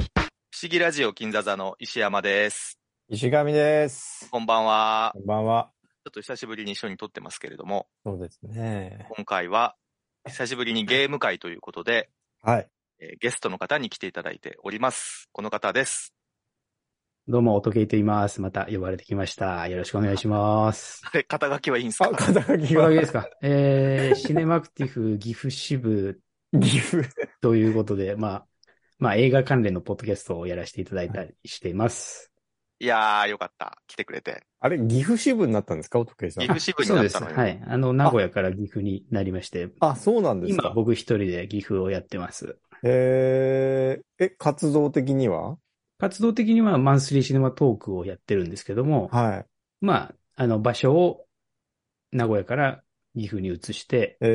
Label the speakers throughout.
Speaker 1: 思議ラジオ金座座の石山です。
Speaker 2: 石上です。
Speaker 1: こんばんは。
Speaker 2: こんばんは。
Speaker 1: ちょっと久しぶりに一緒に撮ってますけれども、
Speaker 2: そうですね。
Speaker 1: 今回は久しぶりにゲーム会ということで、
Speaker 2: はい。
Speaker 1: えーゲストの方に来ていただいております。この方です。
Speaker 3: どうも、音ゲーと言います。また呼ばれてきました。よろしくお願いします。
Speaker 1: あれ、肩書きはいいんです
Speaker 2: あ、
Speaker 1: か
Speaker 2: 肩書き
Speaker 3: お
Speaker 2: が
Speaker 3: かげですかえー、シネマクティフ岐阜支部
Speaker 2: 岐阜。
Speaker 3: ということで、まあ、まあ映画関連のポッドキャストをやらせていただいたりしています。
Speaker 1: いやー、よかった。来てくれて。
Speaker 2: あれ、岐阜支部になったんですかお時計さ
Speaker 1: 岐
Speaker 2: ん。
Speaker 1: 阜支部に
Speaker 3: そう
Speaker 1: なっ
Speaker 3: で
Speaker 1: た
Speaker 3: す。
Speaker 1: のよ。
Speaker 3: はい。あの、名古屋から岐阜になりまして、
Speaker 2: あ、そうなんです
Speaker 3: 今
Speaker 2: か。
Speaker 3: 僕一人で岐阜をやってます。
Speaker 2: えー、え、活動的には
Speaker 3: 活動的にはマンスリーシネマトークをやってるんですけども、
Speaker 2: はい。
Speaker 3: まあ、あの場所を名古屋から岐阜に移して、
Speaker 2: え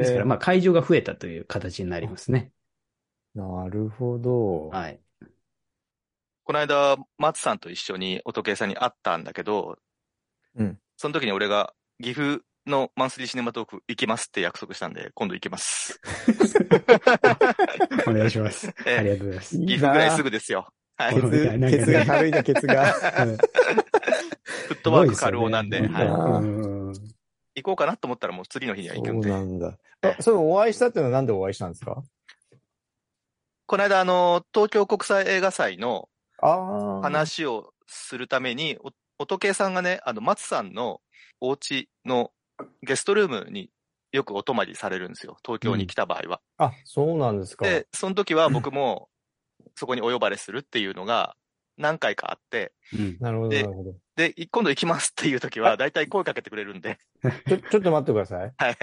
Speaker 2: ー、
Speaker 3: ですからまあ会場が増えたという形になりますね。
Speaker 2: なるほど。
Speaker 3: はい。
Speaker 1: この間、松さんと一緒にお時計さんに会ったんだけど、
Speaker 2: うん
Speaker 1: その時に俺が岐阜のマンスリーシネマトーク行きますって約束したんで、今度行きます。
Speaker 3: お願いします。
Speaker 1: え
Speaker 3: ありがとうございます。
Speaker 1: 岐阜ぐらいすぐですよ。はい。
Speaker 2: ケ
Speaker 1: フ
Speaker 3: この
Speaker 2: ツ、ケツが軽いな、ケツが。
Speaker 1: ットワーク軽男なんで、
Speaker 2: すごいです
Speaker 1: は
Speaker 2: よ
Speaker 1: い
Speaker 2: ね。
Speaker 3: うん
Speaker 1: 行こうかなと思ったらもう次の日には行く
Speaker 2: そ
Speaker 1: ん
Speaker 2: う
Speaker 1: で。
Speaker 2: なんだ。あ、それお会いしたっていうのはなんでお会いしたんですか
Speaker 1: この間、あの、東京国際映画祭の
Speaker 2: あー。
Speaker 1: 話をするために、お音系さんがね、あの、松さんのお家のゲストルームによくお泊まりされるんですよ。東京に来た場合は。
Speaker 2: あ、そうなんですか。
Speaker 1: で、その時は僕もそこにお呼ばれするっていうのが何回かあって、
Speaker 3: うん
Speaker 2: なるほど、な
Speaker 1: で
Speaker 2: るほど。
Speaker 1: で、い今度行きますっていう時は大体声かけてくれるんで、
Speaker 2: ちょ、ちょっと待ってください。
Speaker 1: はい。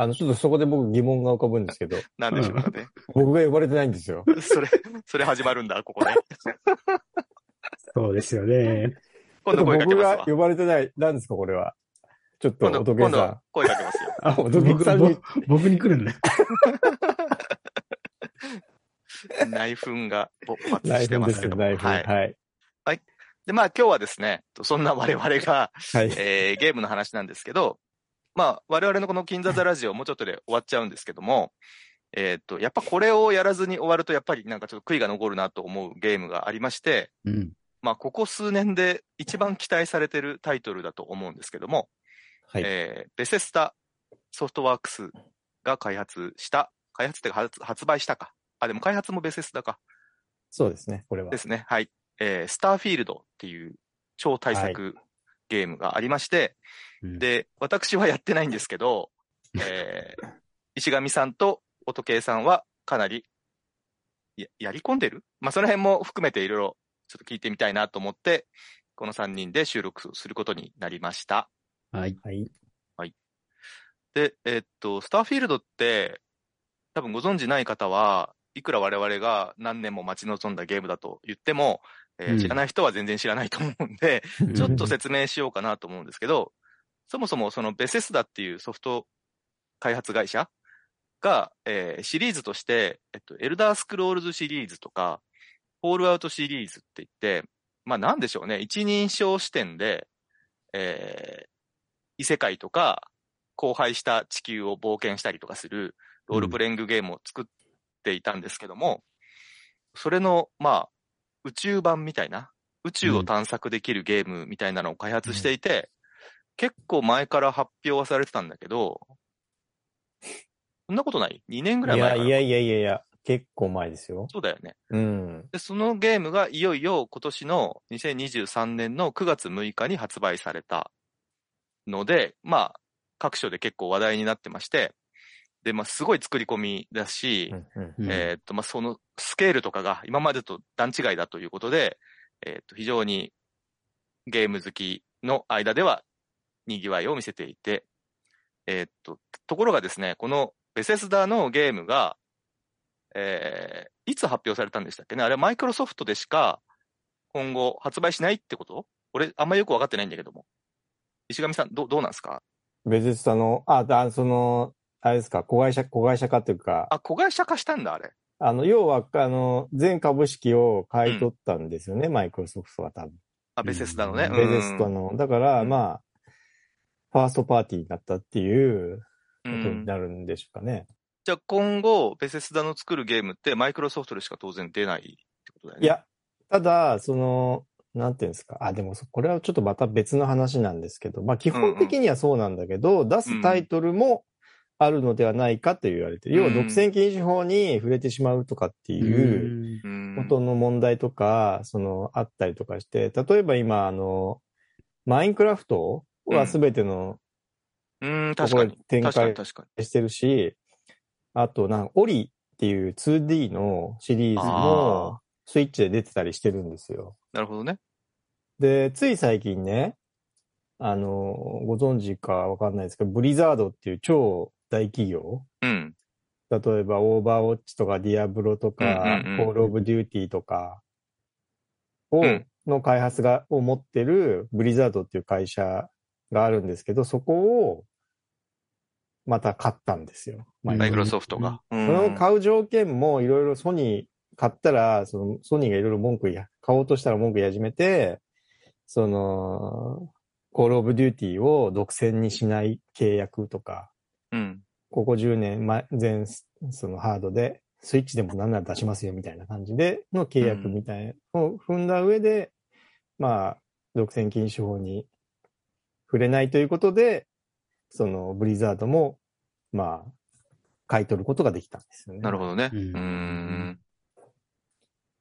Speaker 2: あの、ちょっとそこで僕疑問が浮かぶんですけど、
Speaker 1: なんでしょうかね。
Speaker 2: 僕が呼ばれてないんですよ。
Speaker 1: それ、それ始まるんだ、ここで。
Speaker 3: そうですよね。
Speaker 1: 今度声かけます
Speaker 2: 僕
Speaker 1: わ
Speaker 2: が。呼ばれてない、なんですか、これは。ちょっと、
Speaker 1: 今度、
Speaker 2: おとけ
Speaker 1: 今
Speaker 2: さん
Speaker 1: 度。声かけますよ。
Speaker 2: あ、おとけさんに
Speaker 3: 僕、僕に来るんだ。
Speaker 1: 内紛が勃発
Speaker 2: ナイ
Speaker 1: して
Speaker 2: フ
Speaker 1: ま
Speaker 2: ですす
Speaker 1: け
Speaker 2: よ、
Speaker 1: ど
Speaker 2: ナ
Speaker 1: も。
Speaker 2: イフ。
Speaker 1: はい。
Speaker 2: はい。
Speaker 1: で、まあ今日はですね、そんな我々が、
Speaker 2: はい。
Speaker 1: えーゲームの話なんですけど、まあ我々のこの金座座ラジオもうちょっとで終わっちゃうんですけども、えーっと、やっぱこれをやらずに終わるとやっぱりなんかちょっと悔いが残るなと思うゲームがありまして、
Speaker 3: うん。
Speaker 1: まあここ数年で一番期待されてるタイトルだと思うんですけども、
Speaker 2: はい
Speaker 1: えーベセスタソフトワークスが開発した、開発っていうか発発売したか。あ、でも開発もベセスタか。
Speaker 2: そうですね、これは
Speaker 1: で。すね。はい。えースターフィールドっていう超大作ゲームがありまして、
Speaker 3: うん、
Speaker 1: で、私はやってないんですけ ど、えー石上さんと音圭さんはかなりややり込んでるまあ、その辺も含めていろいろちょっと聞いてみたいなと思って、この3人で収録することになりました。
Speaker 3: はい。
Speaker 2: はい。
Speaker 1: で、えーっと、スターフィールドって、多分ご存知ない方は、いくら我々が何年も待ち望んだゲームだと言っても、えー
Speaker 3: うん
Speaker 1: 知らない人は全然知らないと思うんで、ちょっと説明しようかなと思うんですけど、そもそもそのベセスダっていうソフト開発会社が、えーシリーズとして、えっと、エルダースクロールズシリーズとか、フォールアウトシリーズって言って、まあなんでしょうね、一人称視点で、えー異世界とか、荒廃した地球を冒険したりとかするロールプレイングゲームを作っていたんですけども、それの、まあ、宇宙版みたいな、宇宙を探索できるゲームみたいなのを開発していて、結構前から発表はされてたんだけど、そんなことない ?2 年ぐらい
Speaker 2: い
Speaker 1: 前か
Speaker 2: や、
Speaker 1: ら
Speaker 2: いやいやいやいや、結構前ですよ。
Speaker 1: そうだよね。
Speaker 2: うん。
Speaker 1: で、そのゲームがいよいよ今年の2023年の9月6日に発売されたので、まあ、各所で結構話題になってまして、で、まあ、すごい作り込みだし
Speaker 2: う、んうん
Speaker 3: うん
Speaker 1: えーっと、まあ、そのスケールとかが今までと段違いだということで、えーっと、非常にゲーム好きの間では賑わいを見せていて、えーっと、ところがですね、このベセスダのゲームが、えーいつ発表されたんでしたっけねあれはマイクロソフトでしか今後発売しないってこと俺、あんまよくわかってないんだけども。石上さん、どう、どうなんですか
Speaker 2: ベゼスタの、あ、だその、あれですか、子会社、子会社化というか、
Speaker 1: あ、子会社化したんだ、あれ。
Speaker 2: あの、要は、あの、全株式を買い取ったんですよね、マイクロソフトは多分。
Speaker 1: あ、ベセスダのね。
Speaker 3: うん
Speaker 2: ベゼスタの。だから、
Speaker 1: うん
Speaker 2: まあ、ファーストパーティーになったっていう
Speaker 1: う
Speaker 2: こ
Speaker 1: ん
Speaker 2: と
Speaker 1: うん
Speaker 2: になるんでしょうかね。
Speaker 1: じゃあ今後、ベセスダの作るゲームってマイクロソフトでしか当然出ないってことだよ
Speaker 2: い
Speaker 1: ね。
Speaker 2: や、ただ、その、なんていうんですか。あ、でもそ、これはちょっとまた別の話なんですけど、まあ基本的にはそうなんだけど、出すタイトルもあるのではないかと言われてる、
Speaker 1: うん
Speaker 2: 要は独占禁止法に触れてしまうとかっていう
Speaker 1: う
Speaker 2: こ
Speaker 1: ん、
Speaker 2: との問題とか、その、あったりとかして、例えば今、あの、マインクラフトは全ての
Speaker 1: うん、
Speaker 2: と
Speaker 1: 確
Speaker 2: こ
Speaker 1: か
Speaker 2: ろ
Speaker 1: に
Speaker 2: で。展
Speaker 1: 確か
Speaker 2: 開
Speaker 1: に、確かに。
Speaker 2: してるし、あと、なんか、オリっていう 2D のシリーズも
Speaker 1: あ
Speaker 2: スイッチで出てたりしてるんですよ。
Speaker 1: なるほどね。
Speaker 2: で、つい最近ね、あの、ご存知かわかんないですけど、ブリザードっていう超大企業、
Speaker 1: うん。
Speaker 2: 例えば、オーバーウォッチとか、ディアブロとか
Speaker 1: うんうんう、ん
Speaker 2: コールオブデューティーとか、を
Speaker 1: うん、
Speaker 2: の開発が、を持ってるブリザードっていう会社があるんですけど、そこを、また買ったんですよ。
Speaker 3: マ
Speaker 1: マイクロソフトが。うん
Speaker 2: それを買う条件もいろいろソニー買ったら、そのソニーがいろいろ文句や、買おうとしたら文句やじめて、その、コールオブデューティーを独占にしない契約とか、
Speaker 1: うん。
Speaker 2: ここ10年前、前、そのハードで、スイッチでも何なら出しますよみたいな感じでの契約みたいなのを踏んだ上で、まあ、独占禁止法に触れないということで、そのブリザードも、まあ、買い取ることができたんですよね。
Speaker 1: なるほどね。
Speaker 3: う
Speaker 1: うんん。ん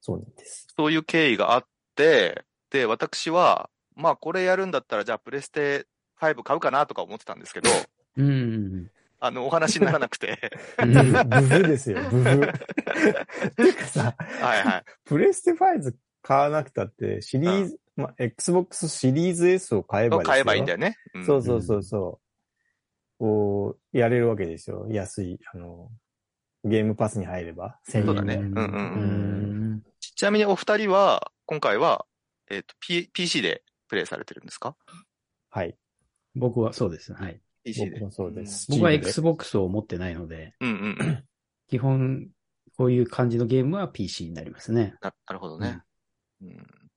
Speaker 2: そうなんです。
Speaker 1: そういう経緯があって、で、私は、まあこれやるんだったら、じゃあプレステ5買うかなとか思ってたんですけ ど、
Speaker 3: うん。
Speaker 1: あの、お話にならなくて。
Speaker 3: うん
Speaker 2: ブブですよ、ブブ。 てかさ、
Speaker 1: はいはい。
Speaker 2: プレステ5買わなくたって、シリーズ、まあ、Xbox シリーズ S を買えば
Speaker 1: を
Speaker 2: ですよ
Speaker 1: 買えばいいんだよね。ん
Speaker 2: そうそうそうそう。こう、やれるわけですよ。安い、あの、ゲームパスに入れば。1000円
Speaker 1: そうだね
Speaker 2: で
Speaker 1: うんうん
Speaker 2: うん
Speaker 3: うん。
Speaker 1: ちなみにお二人は、今回は、えっ、と、P、PC でプレイされてるんですか
Speaker 2: はい。
Speaker 3: 僕はそうです。はい。
Speaker 1: ?PC で
Speaker 2: 僕。もそうです。
Speaker 3: 僕は
Speaker 2: Steam で
Speaker 3: Xbox を持ってないので、
Speaker 1: うんうんうん。
Speaker 3: 基本、こういう感じのゲームは PC になりますね。
Speaker 1: ななるほどね、うん。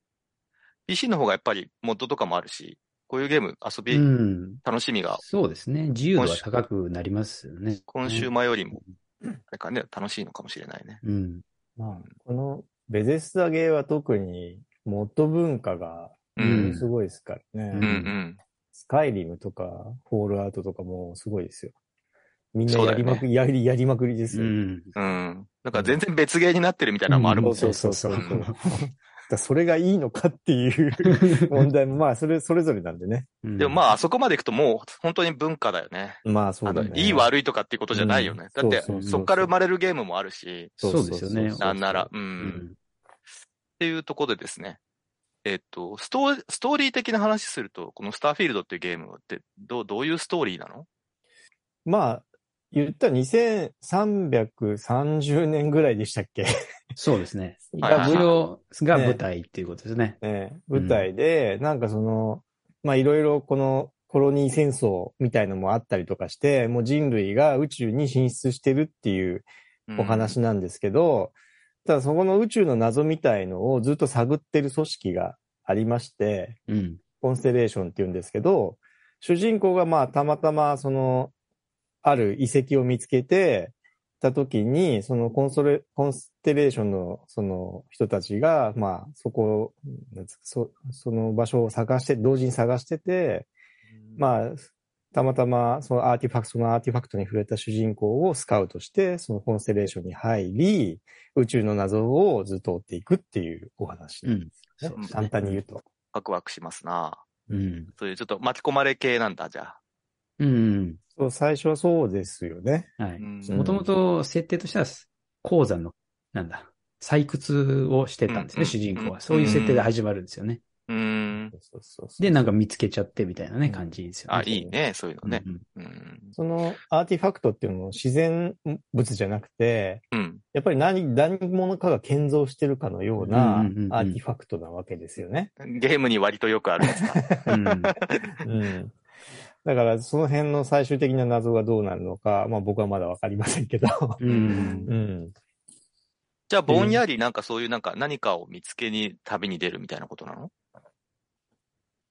Speaker 1: PC の方がやっぱりモッドとかもあるし、こういうゲーム遊
Speaker 3: う
Speaker 1: び、
Speaker 3: ん。
Speaker 1: 楽しみが
Speaker 3: そうですね。自由度は高くなりますよね。
Speaker 1: コンシューマーよりも、あれかね、楽しいのかもしれないね。
Speaker 3: うん。
Speaker 2: まあ、このベゼスタゲーは特に、モッド文化が
Speaker 1: う
Speaker 3: うん
Speaker 2: す。ごいですからね。
Speaker 1: うんうん。
Speaker 2: スカイリムとか、フォールアウトとかもすごいですよ。みんな
Speaker 1: そう
Speaker 2: や
Speaker 1: だよ
Speaker 2: り
Speaker 1: ね
Speaker 2: まくり、やり、やりまくりです
Speaker 3: う
Speaker 2: よ。
Speaker 3: ん。
Speaker 1: うん。なんか全然別ゲーになってるみたいなのもあるもんね。
Speaker 2: そうそうそうそ
Speaker 1: う
Speaker 2: う。
Speaker 1: ん
Speaker 2: だからそれがいいのかって いう問題も、まあ、それ、それぞれなんでね。
Speaker 1: でもまあ、
Speaker 3: あ、
Speaker 1: あそこまで行くともう本当に文化だよね。
Speaker 2: まあ、そ
Speaker 1: あ
Speaker 2: うだ
Speaker 1: の
Speaker 2: ね。
Speaker 1: いい悪いとかっていうことじゃないよね。
Speaker 2: う
Speaker 1: だ
Speaker 2: ん
Speaker 1: って
Speaker 2: そう
Speaker 3: そうそう、
Speaker 1: そっから生まれるゲームもあるし、
Speaker 3: そうです
Speaker 2: そうそう
Speaker 3: よね
Speaker 2: そう
Speaker 1: なんなら、う。
Speaker 3: うん
Speaker 1: っ
Speaker 3: ん。
Speaker 1: ていうところでですね、えっと、ストーストーリー的な話すると、このスターフィールドっていうゲームってどうどういうストーリーなの
Speaker 2: まあ、言ったら2330年ぐらいでしたっけ
Speaker 3: そうですね。
Speaker 1: はい
Speaker 2: が
Speaker 1: はいは
Speaker 3: 舞
Speaker 1: い
Speaker 3: 踊が舞台っていうことですね。
Speaker 2: ね、舞台で、なんかその、まあいろいろこのコロニー戦争みたいのもあったりとかして、もう人類が宇宙に進出してるっていうお話なんですけど、ただそこの宇宙の謎みたいのをずっと探ってる組織がありまして、
Speaker 3: うん。
Speaker 2: コンステレーションって言うんですけど、主人公がまあたまたまその、ある遺跡を見つけて、た時に、そのコンソレ、コンステレーションのその人たちが、まあそこを、なんつうかそその場所を探して、同時に探してて、
Speaker 1: あ、
Speaker 2: まあ、たまたまそのアーティファクト、そのアーティファクトに触れた主人公をスカウトして、そのコンステレーションに入り、宇宙の謎をずっと追っていくっていうお話
Speaker 3: う
Speaker 2: なん
Speaker 3: ん
Speaker 2: で。すね、
Speaker 3: そうですね
Speaker 2: 簡単に言うと。
Speaker 1: ワクワクしますな
Speaker 3: うん。
Speaker 1: そういうちょっと巻き込まれ系なんだ、じゃあ。
Speaker 3: うん。
Speaker 2: そう最初はそうですよね。
Speaker 3: はい。
Speaker 2: うん
Speaker 3: もともと設定としては、鉱山の、なんだ、採掘をしてたんです
Speaker 1: う
Speaker 3: ね、
Speaker 1: ん
Speaker 3: 主人公は。そういう設定で始まるんですよね。
Speaker 1: うーん。
Speaker 2: そうそうそう
Speaker 3: で、なんか見つけちゃってみたいなね、感じですよ
Speaker 1: あ、
Speaker 3: ね。
Speaker 1: いいね、そういうのね。
Speaker 3: うん
Speaker 1: うん。
Speaker 2: そのアーティファクトっていうのも自然物じゃなくて、
Speaker 1: うん。
Speaker 2: やっぱり何、何者かが建造してるかのよう
Speaker 3: うん
Speaker 2: な
Speaker 3: うんうんうん
Speaker 2: アーティファクトなわけですよね。
Speaker 1: ゲームに割とよくあるやつだ。
Speaker 3: うん。う
Speaker 2: う
Speaker 3: ん
Speaker 2: ん。だからその辺の最終的な謎がどうなるのか、まあ僕はまだわかりませんけど。
Speaker 3: うん
Speaker 2: う。ん。
Speaker 1: じゃあ、ぼんやりなんかそういうなんか何かを見つけに旅に出るみたいなことなの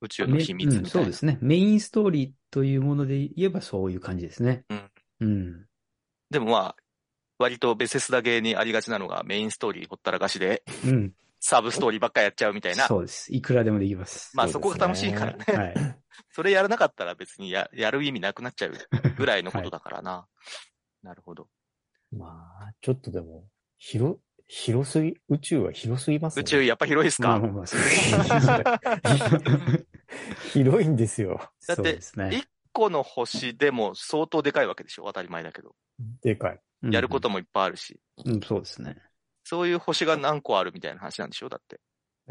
Speaker 1: 宇宙の秘密
Speaker 3: うん
Speaker 1: みた
Speaker 3: そ
Speaker 1: いうな。
Speaker 3: ですね。メインストーリーというもので言えばそういう感じですね。
Speaker 1: うん。
Speaker 3: うん。
Speaker 1: でもまあ、割とベセスダゲーにありがちなのがメインストーリーほったらかしで、
Speaker 3: うん。
Speaker 1: サブストーリーばっかやっちゃうみたいな。
Speaker 3: そうです。いくらでもできます。
Speaker 1: まあ
Speaker 2: そう
Speaker 1: そ
Speaker 2: ですね
Speaker 1: こが楽しいからね。
Speaker 3: はい。
Speaker 1: それやらなかったら別にややる意味なくなっちゃうぐらいのことだからな。なるほど。
Speaker 2: まあ、ちょっとでも、広、広すぎ、宇宙は広すぎますね。
Speaker 1: 宇宙やっぱ広いです
Speaker 3: ま
Speaker 1: か、
Speaker 3: あまあまあ、そう
Speaker 2: 広いんですよ。
Speaker 1: だって
Speaker 3: そうですね。
Speaker 1: 一個の星でも相当でかいわけでしょ当たり前だけど。
Speaker 2: でかい。
Speaker 1: やることもいっぱいあるし。
Speaker 3: うん。うん、そうですね。
Speaker 1: そういう星が何個あるみたいな話なんでしょだって。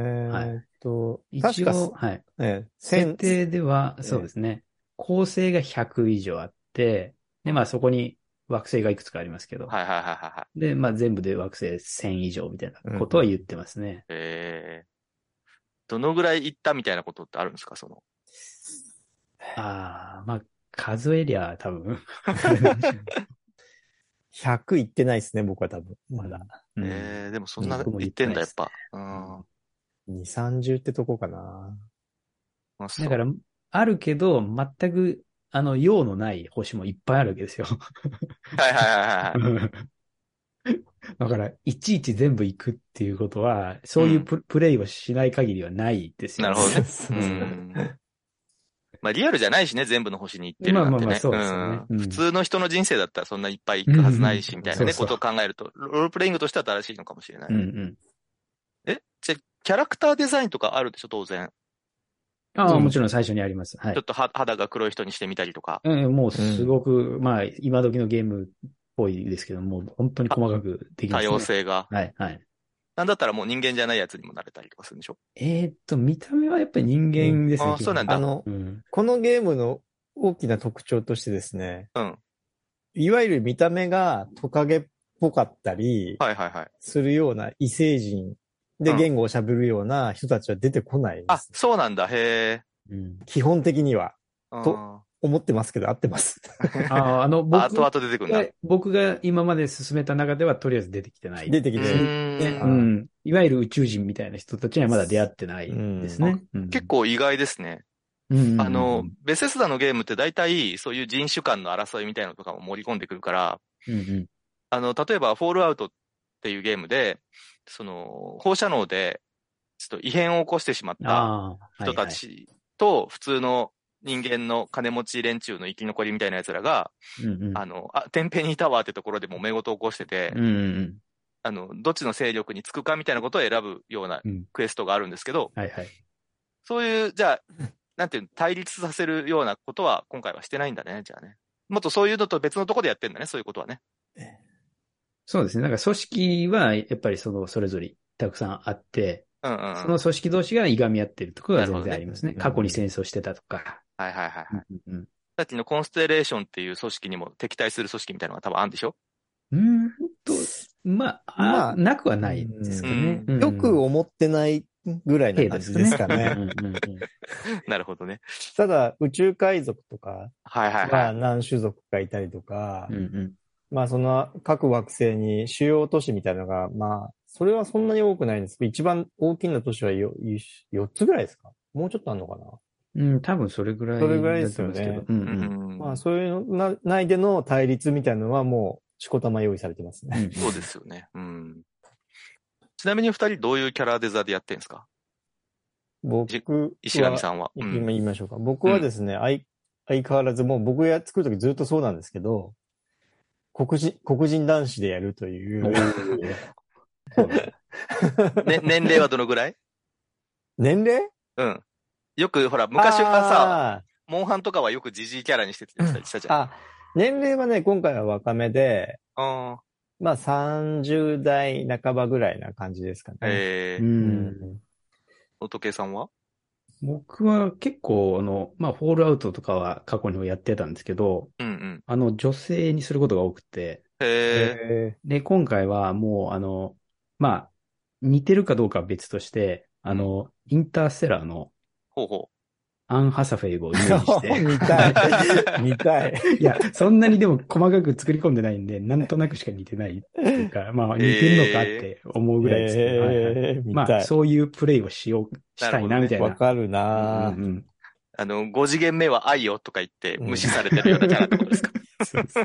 Speaker 2: えーっと、確
Speaker 3: 一
Speaker 2: か、
Speaker 3: 応、はい。
Speaker 2: えー、
Speaker 3: 設
Speaker 2: 千
Speaker 3: 定では、
Speaker 2: え
Speaker 3: そうですね。構成が100以上あって、で、まあそこに惑星がいくつかありますけど、
Speaker 1: はいはいはいはいはい。
Speaker 3: で、まあ全部で惑星1000以上みたいなことは言ってますね。
Speaker 1: えーどのぐらい行ったみたいなことってあるんですかその。
Speaker 3: ああ、まあ数えりゃ多 分。
Speaker 2: 100いってないですね、僕は多分。まだ。
Speaker 3: うん
Speaker 1: えーでもそんな
Speaker 3: 僕も
Speaker 1: 行
Speaker 3: 行
Speaker 1: っ
Speaker 3: っ
Speaker 1: て
Speaker 3: てない
Speaker 1: んだ、
Speaker 3: で
Speaker 1: やっ
Speaker 3: す
Speaker 1: ぱ。うん。
Speaker 2: 2、30ってとこかな。
Speaker 1: あそう
Speaker 3: だから、あるけど、全く、あの、用のない星もいっぱいあるわけですよ。
Speaker 1: はいはいはいはい。
Speaker 3: だから、いちいち全部行くっていうことは、そういうプ,、プレイをしない限りはないですよ
Speaker 1: なる ほどね
Speaker 2: そううそうん
Speaker 1: まあリアルじゃないしね、全部の星に行ってる
Speaker 3: ま
Speaker 1: な
Speaker 3: あ
Speaker 1: んてね。
Speaker 3: まあまあそうですよね
Speaker 1: うん
Speaker 3: うん
Speaker 1: 普通の人の人生だったらそんないっぱい行くはずないし、みたいな
Speaker 3: うんう
Speaker 1: ね、
Speaker 3: んそう
Speaker 1: こ
Speaker 3: そ
Speaker 1: と
Speaker 3: う
Speaker 1: を考えると、ロロールプレイングとしては正しいのかもしれない。
Speaker 3: うんうん。
Speaker 1: えじゃあキャラクターデザインとかあるでしょ、当然。
Speaker 3: あ
Speaker 2: う
Speaker 3: あ、
Speaker 2: ん
Speaker 3: もちろん最初にあります。はい
Speaker 1: ちょっ。とは肌が黒い人にしてみたりとか。
Speaker 3: うんもうすごく、まあ、今時のゲームっぽいですけど、もう本当に細かくできま
Speaker 1: 多
Speaker 3: す、
Speaker 1: 様。
Speaker 3: ね。
Speaker 1: 性が。
Speaker 3: はい、はい。
Speaker 1: なんだったらもう人間じゃないやつにもなれたりとかするんでしょ
Speaker 3: えーっと、見た目はやっぱり人間ですね。
Speaker 1: うんあー
Speaker 3: 基本
Speaker 1: そうなんだ
Speaker 2: あの
Speaker 3: う、ん。
Speaker 2: このゲームの大きな特徴としてですね、
Speaker 1: うん。
Speaker 2: いわゆる見た目がトカゲっぽかったり
Speaker 1: はいはいはい。
Speaker 2: するような異星人
Speaker 1: う
Speaker 2: で
Speaker 1: ん
Speaker 2: 言語を喋るような人たちは出てこないんで
Speaker 1: あ
Speaker 2: す、。
Speaker 1: そうなんだ、へえ。
Speaker 3: うん、
Speaker 2: 基本的には。
Speaker 1: うん
Speaker 2: と思ってますけど、合ってます。
Speaker 3: ああ、あ の、僕
Speaker 1: あ、と後々出てくるんだ。
Speaker 3: が僕が今まで進めた中ではとりあえず出てきてない。
Speaker 2: 出てき
Speaker 1: う
Speaker 2: て
Speaker 3: ね
Speaker 1: ー
Speaker 3: うんん。いわゆる宇宙人みたいな人たちにはまだ出会ってないですね。うん
Speaker 1: 結、構意外ですね。
Speaker 3: うんうんうん
Speaker 1: あの、、ベセスダのゲームって大体そういう人種間の争いみたいなのとかも盛り込んでくるから、
Speaker 3: うんうん
Speaker 1: あの、例えばフォールアウトっていうゲームで、その、放射能で、ちょっと異変を起こしてしまった
Speaker 3: ああ、
Speaker 1: 人たちと、普通の人間の金持ち連中の生き残りみたいな奴らが、
Speaker 3: はいはい。うんうん
Speaker 1: あの、あ、天平にいたわってところでもめ事を起こしてて、
Speaker 3: うんうんうん。
Speaker 1: あの、どっちの勢力につくかみたいなことを選ぶような
Speaker 3: うん
Speaker 1: クエストがあるんですけど、
Speaker 3: はいはい。
Speaker 1: そういう、じゃあ、なんていうの、対立させるようなことは今回はしてないんだね、じゃあね。もっとそういうのと別のとこでやってんだね、そういうことはね。
Speaker 3: そうですね。なんか組織は、やっぱりその、それぞれたくさんあって、
Speaker 1: うんうんうん。
Speaker 3: その組織同士がいがみ合ってるところが全然ありますね。
Speaker 2: なる
Speaker 3: 過
Speaker 2: ほ
Speaker 3: 去
Speaker 2: どね
Speaker 3: に戦争してたとか。
Speaker 1: はいはいはい。
Speaker 3: うんうん
Speaker 1: さっきのコンステレーションっていう組織にも敵対する組織みたいなのが多分あるんでしょ
Speaker 3: うん。うーんと、まあ、
Speaker 2: ま
Speaker 3: あ
Speaker 2: あ
Speaker 3: なくはないですかね。
Speaker 1: う
Speaker 3: うんうん
Speaker 2: よく思ってないぐらいな感じですか
Speaker 3: 程
Speaker 2: ね。
Speaker 3: 度ですかね。うんうんうん
Speaker 1: なるほどね。
Speaker 2: ただ、宇宙海賊とか、
Speaker 1: はいはい
Speaker 2: ま
Speaker 1: は
Speaker 2: あ
Speaker 1: い。
Speaker 2: 何種族かいたりとか
Speaker 3: う、んうん
Speaker 2: まあその各惑星に主要都市みたいなのが、まあ、それはそんなに多くないんですけど、一番大きな都市はよよ4つぐらいですかもうちょっとあるのかな、
Speaker 3: うん、多分それぐらい。
Speaker 2: それぐらいですよね
Speaker 3: うんう
Speaker 1: うん
Speaker 3: うん
Speaker 1: ん
Speaker 2: まあそういうのな内での対立みたいなのはもう、しこたま用意されてますね。
Speaker 1: そうですよね。うん。ちなみに二人どういうキャラデザでやってんですかじ
Speaker 2: 僕は、
Speaker 1: 石上さんは。う
Speaker 2: 今
Speaker 1: ん。
Speaker 2: 言いましょうか。僕はですね、相相変わらず、もう僕が作るときずっとそうなんですけど、黒人、黒人男子でやるという、
Speaker 1: ね、年齢はどのぐらい
Speaker 2: 年齢
Speaker 1: うん。よくほら、昔はさ、
Speaker 2: さ、
Speaker 1: モンハンとかはよくジジイキャラにしてたりしたじゃん。
Speaker 2: あ、年齢はね、今回は若めで、
Speaker 1: ああ。
Speaker 2: まあ30代半ばぐらいな感じですかね。
Speaker 1: え
Speaker 3: う
Speaker 1: ー、
Speaker 3: ん。
Speaker 1: 乙計さんは
Speaker 3: 僕は結構、あの、まあ、フォールアウトとかは過去にもやってたんですけど、
Speaker 1: うんうん。
Speaker 3: あの、女性にすることが多くて、
Speaker 1: へえ。
Speaker 2: え
Speaker 3: で、今回はもう、あの、まあ、似てるかどうかは別として、あの、インターステラーの
Speaker 1: ほうほ
Speaker 3: アン・ハサフェイをイメージし て、
Speaker 2: 見たい。見たい。
Speaker 3: いや、そんなにでも細かく作り込んでないんで、なんとなくしか似てないっていうか、 まあ、似てるのかって思うぐらいですけど、はいはい
Speaker 2: えー見
Speaker 3: ま
Speaker 2: た
Speaker 3: あ、
Speaker 2: い。
Speaker 3: そういうプレイをしよう、したいな、みたい
Speaker 2: わ、
Speaker 3: な。
Speaker 2: かるなぁ、
Speaker 3: うんうん
Speaker 1: う。あの、5次元目は愛よとか言って
Speaker 2: うん
Speaker 1: 無視されてるようなキャラってことですか。
Speaker 3: そうです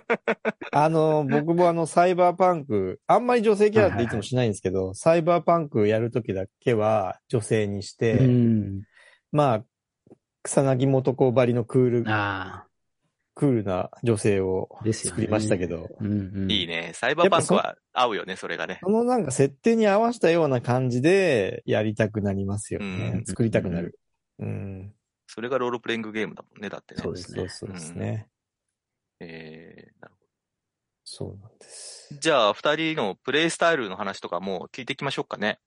Speaker 2: あの、僕もあの、サイバーパンク、あんまり女性キャラっていつもしないんですけど、サイバーパンクやるときだけは女性にして、
Speaker 3: うん。
Speaker 2: まあ、草薙元子ばりのクール、
Speaker 3: あ
Speaker 2: クールな女性を
Speaker 3: あ。ですよ
Speaker 2: 作
Speaker 3: ね。
Speaker 2: りましたけど、
Speaker 3: うん うん。
Speaker 1: いいね。サイバーパンクは合うよね、それがね。
Speaker 2: そのなんか設定に合わせたような感じでやりたくなりますよね。
Speaker 1: うん
Speaker 2: 作りたくなる。うん。
Speaker 1: それがロールプレイングゲームだもんね、だってね。
Speaker 3: そうですね
Speaker 2: そうそうですね。
Speaker 1: えーなるほ
Speaker 2: そうなんです
Speaker 1: ど。じゃあ、二人のプレイスタイルの話とかも聞いていきましょうかね。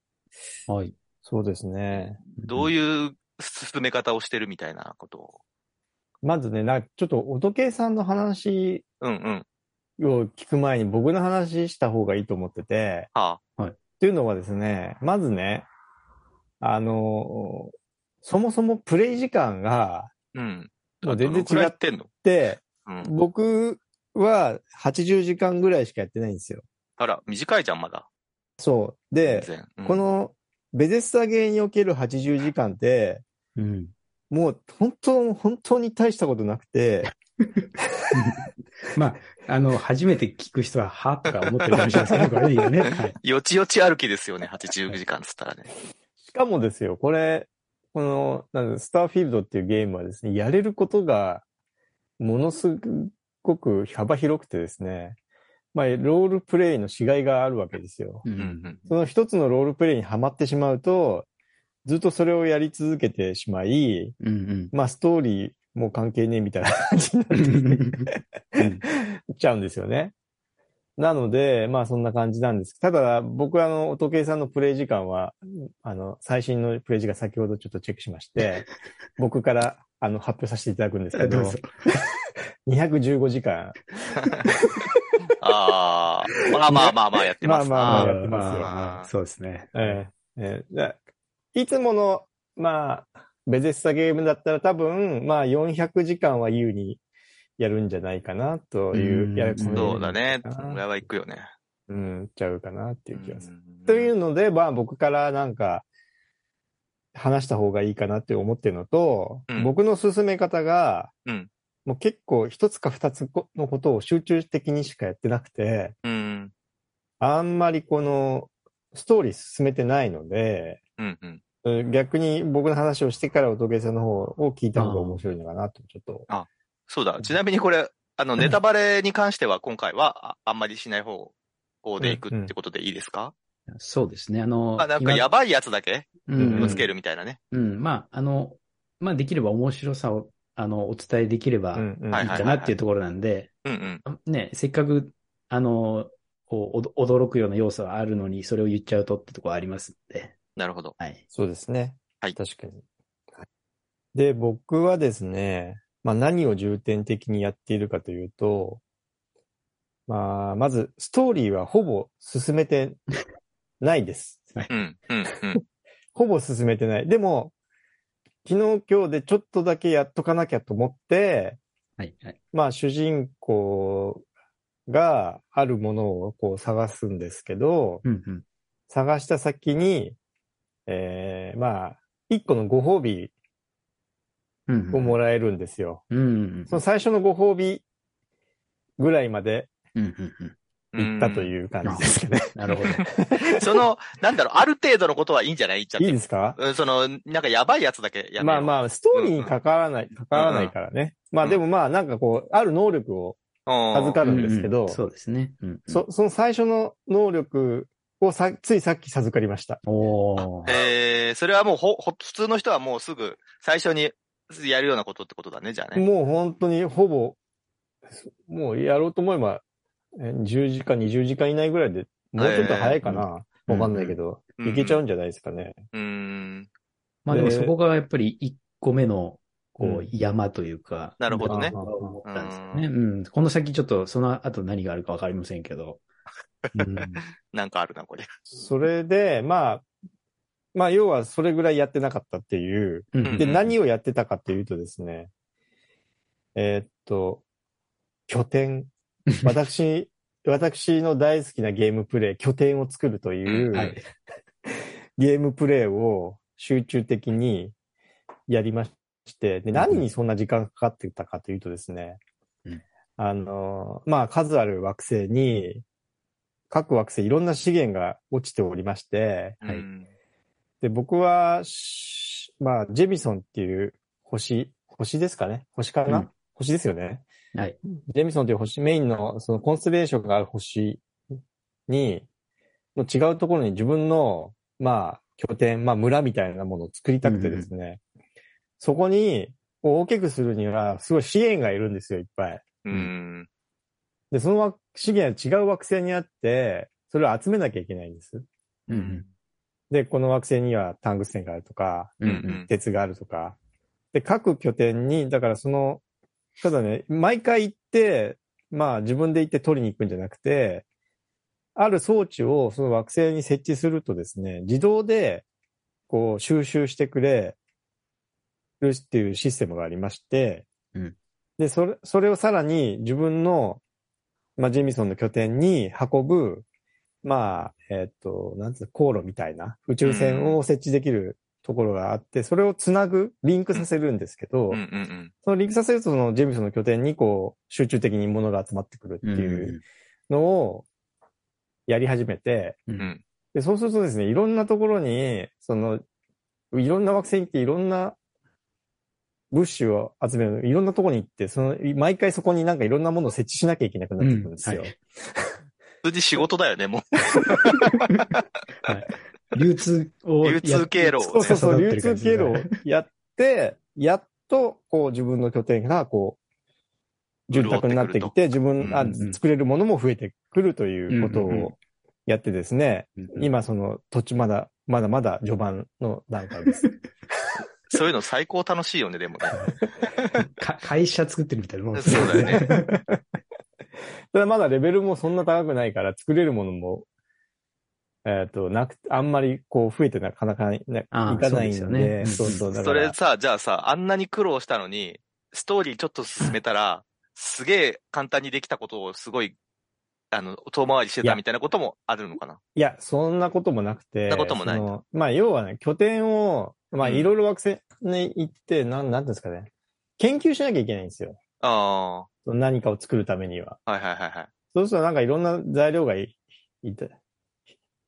Speaker 3: はい。
Speaker 2: そうですね。
Speaker 1: どう
Speaker 3: い
Speaker 1: いう進め方をしてるみたいなことを。
Speaker 2: まずね、なちょっと音系さんの話
Speaker 1: うんうん。
Speaker 2: を聞く前に僕の話した方がいいと思ってて、
Speaker 1: はあ。
Speaker 2: というのはですね、まずね、あの、そもそもプレイ時間が、
Speaker 1: うん。
Speaker 2: もう全然違
Speaker 1: どの
Speaker 2: って
Speaker 1: くらいやってんの
Speaker 2: で、
Speaker 1: うん。
Speaker 2: 僕は80時間ぐらいしかやってないんですよ。
Speaker 1: あら、短いじゃん、まだ。
Speaker 2: そう。
Speaker 1: 全
Speaker 2: で、
Speaker 1: 然。うん
Speaker 2: こ、のベゼスタゲーにおける80時間って、
Speaker 3: うん。
Speaker 2: もう本当、本当に大したことなく て、
Speaker 3: まあ、あの、初めて聞く人は、はとか思ってるかもしれない ですけど、これいいよね。はい。
Speaker 1: よちよち歩きですよね、80時間っつったらね。
Speaker 2: しかもですよ、これ、この、なんだスターフィールドっていうゲームはですね、やれることが、ものすごく幅広くてですね、まあ、ロールプレイのしがいがあるわけですよ。
Speaker 3: う
Speaker 1: うん
Speaker 3: ん。
Speaker 2: その一つのロールプレイにはまってしまうと、ずっとそれをやり続けてしまい、
Speaker 3: うん
Speaker 2: まあ、ストーリーも関係ねえみたいな感じにな
Speaker 3: う
Speaker 2: るんですね
Speaker 3: ん。
Speaker 2: ちゃうんですよね。なので、まあそんな感じなんです。ただ、僕はあの、時計さんのプレイ時間は、あの、最新のプレイ時間先ほどちょっとチェックしま して、僕からあの、発表させていただくんですけ
Speaker 3: どう
Speaker 2: ど
Speaker 3: ぞ、。
Speaker 2: 215時間。
Speaker 1: ああ。まあまあまあまあやってますな。
Speaker 2: ま
Speaker 1: う
Speaker 2: あまあまあ
Speaker 1: ん
Speaker 2: やってますよ
Speaker 3: あーそうですね。
Speaker 2: ええええだいつもの、まあ、ベゼスタゲームだったら多分、まあ400時間は優にやるんじゃないかなというう、
Speaker 3: ん
Speaker 2: やこのゲーム
Speaker 1: そうだね。
Speaker 2: あー
Speaker 1: そのぐらいは行くよね。
Speaker 2: うん、ちゃうかなっていう気がする。
Speaker 1: うん
Speaker 2: というので、まあ僕からなんか、話した方がいいかなって思ってるのと、
Speaker 1: うん
Speaker 2: 僕の進め方が、
Speaker 1: うん
Speaker 2: もう結構一つか二つのことを集中的にしかやってなくて、
Speaker 1: うん。
Speaker 2: あんまりこのストーリー進めてないので、
Speaker 1: うんうん。
Speaker 2: うん逆に僕の話をしてから乙女さんの方を聞いた方が面白いのかなと、ちょっと。
Speaker 1: そうだ。ちなみにこれ、あの、ネタバレに関しては今回はああんまりしない方向で行くってことでいいですか、
Speaker 3: そうですね。あの、
Speaker 1: まあなんかやばいやつだけ
Speaker 3: 今
Speaker 2: う
Speaker 1: 気
Speaker 2: ん
Speaker 1: をつけるみたいなね。
Speaker 3: うん、まあ、あの、まあ、できれば面白さを、あの、お伝えできれば
Speaker 2: う
Speaker 3: い
Speaker 2: んうん
Speaker 1: はい
Speaker 3: いかなっていうところなんで、
Speaker 1: うんうん。
Speaker 3: ね、せっかく、あの、こう、おど驚くような要素があるのに、それを言っちゃうとってところありますんで、
Speaker 1: なるほど。
Speaker 3: はい。
Speaker 2: そうですね。
Speaker 1: はい
Speaker 2: 確かに。はいで、僕はですね、まあ何を重点的にやっているかというと、まあ、まず、ストーリーはほぼ進めてないです。
Speaker 1: うんうんうん。
Speaker 2: ほぼ進めてない。でも、昨日今日でちょっとだけやっとかなきゃと思って、
Speaker 3: はい、はい。
Speaker 2: まあ主人公があるものをこう探すんですけど、
Speaker 3: うん、うん。
Speaker 2: 探した先に、えー、まあ、一個のご褒美
Speaker 3: うん、
Speaker 2: をもらえるんですよ。
Speaker 3: うん、うん
Speaker 2: その最初のご褒美ぐらいまで
Speaker 3: うん、うん、うん。
Speaker 2: 行ったと
Speaker 1: う
Speaker 2: いう感じですかね。
Speaker 3: なるほど。
Speaker 1: ん。その、なんだろう、ある程度のことはいいんじゃない言っちゃっ
Speaker 2: いい
Speaker 1: て。
Speaker 2: ですか
Speaker 1: うん、その、なんかやばいやつだけやめ
Speaker 2: ま
Speaker 1: よ
Speaker 2: あ
Speaker 1: う
Speaker 2: まあ、ストーリーに関わらない、関わらないからね。まあでもまあ、なんかこう、ある能力を、
Speaker 1: うん
Speaker 2: 預かるんですけど
Speaker 3: ううそうですね。うん、うん。
Speaker 2: そその最初の能力をさ、ついさっき授かりました。
Speaker 3: おー
Speaker 1: えー、それはもうほ、ほ、普通の人はもうすぐ、最初にやるようなことってことだね、じゃあね。
Speaker 2: もう本当にほぼ、もうやろうと思えば、えー10時間、20時間以内ぐらいで、もうちょっと早いかな。
Speaker 3: えー
Speaker 2: わかんないけど、
Speaker 1: うん
Speaker 2: いけちゃうんじゃないですかね。
Speaker 1: うーん。
Speaker 3: まあでも
Speaker 2: で
Speaker 3: そこがやっぱり1個目の、こ
Speaker 2: う、
Speaker 3: うん山というか。
Speaker 1: なるほどね
Speaker 3: 思ったんですよね。うん。この先ちょっと、その後何があるかわかりませんけど。うん。
Speaker 1: なんかあるな、これ。
Speaker 2: それで、まあ、まあ、要はそれぐらいやってなかったっていう。
Speaker 3: うん
Speaker 2: で、
Speaker 1: うん
Speaker 2: 何をやってたかっていうとですね、えーっと、拠点。私、私の大好きなゲームプレイ、拠点を作るという、
Speaker 1: うん
Speaker 3: はい。
Speaker 2: ゲームプレイを集中的にやりまして、で、何にそんな時間かかってたかというとですね、
Speaker 3: うん
Speaker 2: あの、まあ、数ある惑星に、各惑星いろんな資源が落ちておりまして、
Speaker 1: う
Speaker 3: はい
Speaker 1: ん
Speaker 2: で、僕はし、まあ、ジェミソンっていう星、星ですかね星かな、
Speaker 3: うん
Speaker 2: 星ですよね
Speaker 3: はい。
Speaker 2: ジェミソンという星、メインのそのコンステレーションがある星に、の違うところに自分の、まあ、拠点、まあ、村みたいなものを作りたくてですね、そこに大きくするには、すごい資源がいるんですよ、いっぱい。
Speaker 1: うん。
Speaker 2: で、その惑資源は違う惑星にあって、それを集めなきゃいけないんです。
Speaker 3: うん。
Speaker 2: で、この惑星にはタングステンがあるとか、
Speaker 1: う。
Speaker 3: うん。
Speaker 1: うんん
Speaker 2: 鉄があるとか。で、各拠点に、だからその、ただね、毎回行って、まあ自分で行って取りに行くんじゃなくて、ある装置をその惑星に設置するとですね、自動で、こう収集してくれるっていうシステムがありまして、
Speaker 3: うん
Speaker 2: で、それ、それをさらに自分の、まあジェミソンの拠点に運ぶ、まあ、えっ、と、なんつうの、航路みたいな、宇宙船を設置できるところがあって、それをつなぐ、リンクさせるんですけど、
Speaker 1: うんうん
Speaker 2: そのリンクさせると、そのジェミソンの拠点にこう、集中的に物が集まってくるっていうのをやり始めて、
Speaker 3: うん
Speaker 1: うん
Speaker 2: でそうするとですね、いろんなところに、その、いろんな惑星に行っていろんな物資を集めるの、いろんなところに行って、その、毎回そこになんかいろんなものを設置しなきゃいけなくなってくるんですよ。
Speaker 3: うんはい
Speaker 1: 普通に仕事だよね、も
Speaker 3: 流通をや。
Speaker 1: 流通経路をね
Speaker 2: そうそう そう、流
Speaker 3: やってる
Speaker 2: 通
Speaker 3: 感じ
Speaker 2: 経路をやって、やっと、こう自分の拠点が、こう、住宅になってきて、自分、あ
Speaker 3: うんうん
Speaker 2: 作れるものも増えてくるということ
Speaker 3: うんうんうん
Speaker 2: をやってですね、
Speaker 3: うん
Speaker 2: 今その土地まだ、まだまだ序盤の段階 です。
Speaker 1: う。そういうの最高楽しいよね、でもね。
Speaker 3: か会社作ってるみたいなもんです
Speaker 1: そうだよね。
Speaker 2: ただまだレベルもそんな高くないから、作れるものも、えっ、と、なく、あんまりこう増えてなかなかいな
Speaker 3: ああ
Speaker 2: いかない
Speaker 3: そ
Speaker 2: ん
Speaker 3: うで
Speaker 2: で、
Speaker 3: す
Speaker 2: そ
Speaker 3: よ
Speaker 2: う
Speaker 3: ね
Speaker 2: そう、だか
Speaker 1: それ
Speaker 2: ら、
Speaker 1: さ、じゃあさ、あんなに苦労したのに、ストーリーちょっと進めたら、すげえ簡単にできたことをすごい、あの、遠回りしてたみたいなこともあるのかな。
Speaker 2: いや、そんなこともなくて。
Speaker 1: そんなこともない
Speaker 2: そのまあ、要はね、拠点を、まあ、
Speaker 1: うん
Speaker 2: いろいろ惑星に行って、なん、なんていうんですかね。研究しなきゃいけないんですよ。
Speaker 1: あ
Speaker 2: その何かを作るためには。
Speaker 1: あー、はいはいはいはい。
Speaker 2: そうするとなんかいろんな材料がい、いた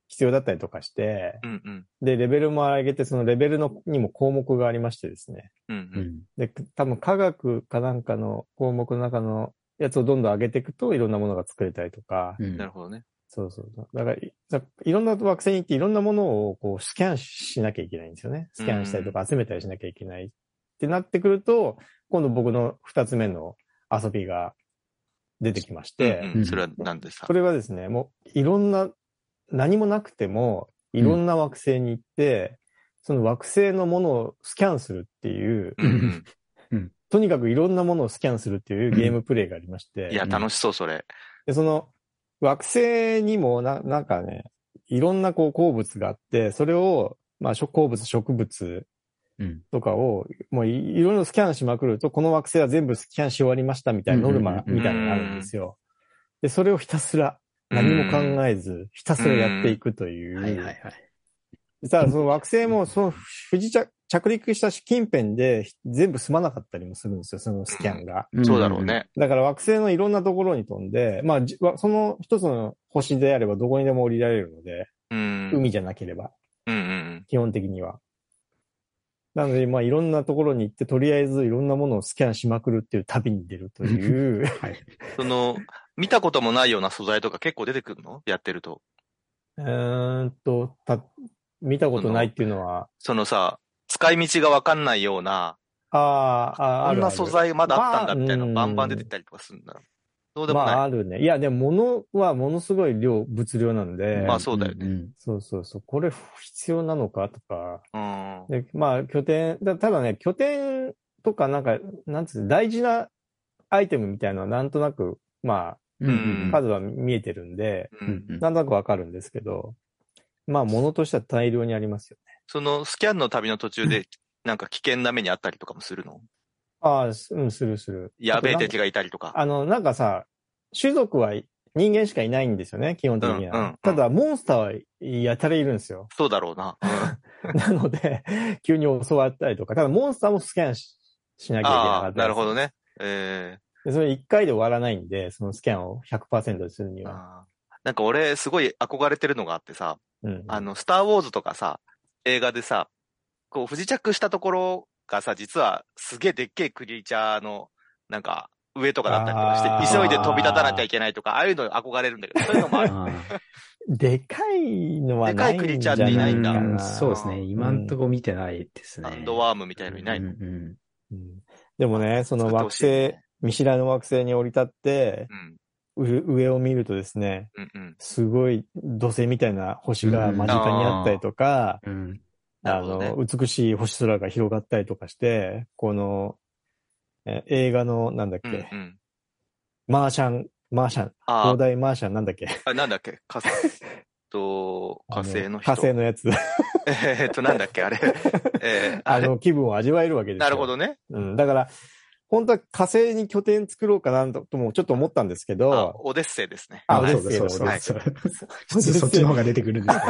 Speaker 2: 必要だったりとかして
Speaker 1: う、んうん。
Speaker 2: で、レベルも上げて、そのレベルのにも項目がありましてですね。
Speaker 1: うん
Speaker 3: う
Speaker 1: うん。
Speaker 3: ん
Speaker 2: で、多分科学かなんかの項目の中のやつをどんどん上げていくと、いろんなものが作れたりとか、
Speaker 3: うん
Speaker 1: なるほどね。
Speaker 2: そうそう。だからい、だいろんな惑星に行っていろんなものをこうスキャンしなきゃいけないんですよね。スキャンしたりとか集めたりしなきゃいけないってなってくると、今度僕の二つ目の遊びが出てきまし
Speaker 1: うん
Speaker 2: て、
Speaker 1: うん。それはなんでさ
Speaker 2: そ。れはですね、もういろんな、何もなくても、いろんな惑星に行って、その惑星のものをスキャンするっていう、
Speaker 1: うんうん。
Speaker 2: とにかくいろんなものをスキャンするっていうゲームプレイがありまして。
Speaker 1: いや、楽しそう、それ。
Speaker 2: で、その、惑星にもな、なんかね、いろんなこう鉱物があって、それを、まあ、しょ鉱物、植物
Speaker 3: うん
Speaker 2: とかを、もういいろいろスキャンしまくると、この惑星は全部スキャンし終わりましたみたいな
Speaker 3: う
Speaker 2: ノ
Speaker 3: ん
Speaker 2: ル
Speaker 3: うんうんうん
Speaker 2: マみたいなのがあるんですよ。で、それをひたすら、何も考えず、ひたすらやっていくとい。
Speaker 3: はいはいうはい。
Speaker 2: さあ、その惑星も、その、不時着、着陸した近辺でひ全部済まなかったりもするんですよ、そのスキャンが。
Speaker 1: えそうだろうね。
Speaker 2: だから惑星のいろんなところに飛んで、まあ、じわその一つの星であればどこにでも降りられるので、
Speaker 1: うん。
Speaker 2: 海じゃなければ、
Speaker 1: うんうん
Speaker 2: 基本的には。なので、まあ、いろんなところに行って、とりあえずいろんなものをスキャンしまくるっていう旅に出るという、
Speaker 3: うん。はい。
Speaker 1: うん。その、見たこともないような素材とか結構出てくるのやってると。
Speaker 2: うーんと、た、見たことないっていうのは、
Speaker 1: そのさ、使い道がわかんないような、
Speaker 2: あーあー、あ
Speaker 1: こん
Speaker 2: るあ
Speaker 1: な
Speaker 2: る
Speaker 1: 素材まだあったんだみたいな、
Speaker 2: まあ
Speaker 1: バンバン出てきたりとかするんだ。そうで
Speaker 2: ま
Speaker 1: もない。
Speaker 2: あ、あるね。いや、でも物はものすごい量、物量なんで、
Speaker 1: まあそうだよね
Speaker 3: ね。
Speaker 2: そうそうそう、これ必要なのかとか、
Speaker 1: うん。
Speaker 2: で、まあ、拠点、だただね、拠点とか、なんか、なんつうの大事なアイテムみたいなのは、なんとなく、ま
Speaker 3: うん
Speaker 2: あ、数は見えてるんで、
Speaker 1: う
Speaker 3: うん
Speaker 1: ん
Speaker 3: うん
Speaker 2: なんとなくわかるんですけど、まあ、物としては大量にありますよね。
Speaker 1: そのスキャンの旅の途中で、なんか危険な目にあったりとかもするの
Speaker 2: ああ、すうん、するする。
Speaker 1: やべえ
Speaker 2: あとなんか
Speaker 1: 敵がいたりとか。
Speaker 2: あの、なんかさ、種族は人間しかいないんですよね、基本的には。
Speaker 1: うんうんうん
Speaker 2: ただ、モンスターはやたらいるんですよ。
Speaker 1: そうだろうな。
Speaker 2: なので、急に襲われたりとか、ただ、モンスターもスキャンししなきゃいけなか
Speaker 1: あ
Speaker 2: った
Speaker 1: あ
Speaker 2: り、
Speaker 1: なるほどね。え
Speaker 2: でそれ1回で終わらないんで、そのスキャンを100%にするには。
Speaker 1: あーなんか俺、すごい憧れてるのがあってさ、
Speaker 2: うん。
Speaker 1: あの、スター・ウォーズとかさ、映画でさ、こう、不時着したところがさ、実はすげえでっけえクリーチャーの、なんか、上とかだったりとかして、
Speaker 2: あ
Speaker 1: 急
Speaker 2: ー
Speaker 1: いで飛び立たなきゃいけないとか、ああいうの憧れるん だけど、そういうのもある。
Speaker 3: あ
Speaker 2: でかいのは
Speaker 1: でか
Speaker 2: ないいん
Speaker 1: クリー
Speaker 2: じ
Speaker 1: チャー
Speaker 2: ゃ
Speaker 1: っていな
Speaker 2: ない
Speaker 1: いんだ
Speaker 2: か
Speaker 3: う
Speaker 2: な。
Speaker 3: そうですね。今んとこ見てないですね。
Speaker 1: ハンドワームみたいのいないの。
Speaker 3: うんうん
Speaker 2: うんでもね、その
Speaker 1: 作って
Speaker 2: 惑
Speaker 1: ほしいね
Speaker 2: 星、見知らぬ惑星に降り立って、
Speaker 1: うん。
Speaker 2: う上を見るとですね、
Speaker 1: うんうん。
Speaker 2: すごい土星みたいな星が間近にあったりとか、
Speaker 3: うん。
Speaker 1: うん
Speaker 2: あ
Speaker 1: なるほどね
Speaker 2: の、美しい星空が広がったりとかして、この、え映画の、なんだっけ、
Speaker 1: うんうん。
Speaker 2: マーシャン、マーシャン、
Speaker 1: あ
Speaker 2: 東
Speaker 1: ー
Speaker 2: 大マーシャンなんだっけ
Speaker 1: あ、なんだっけ火星、えっ と、火星の人。
Speaker 2: 火星のやつ。
Speaker 1: えーっと、なんだっけあれ。 えーあ
Speaker 2: あ
Speaker 1: れ。
Speaker 2: の、気分を味わえるわけですよ。
Speaker 1: なるほどね。
Speaker 2: うん、だから、本当は火星に拠点作ろうかなんともちょっと思ったんですけ
Speaker 1: あ
Speaker 2: ど、
Speaker 1: オデッセイですね。
Speaker 2: あ
Speaker 3: あ、そう
Speaker 2: オ
Speaker 3: だ、
Speaker 2: デッセイ
Speaker 3: そ
Speaker 2: だ
Speaker 3: うそう
Speaker 1: はい
Speaker 3: そう。普通そっちの方が出てくるんですね。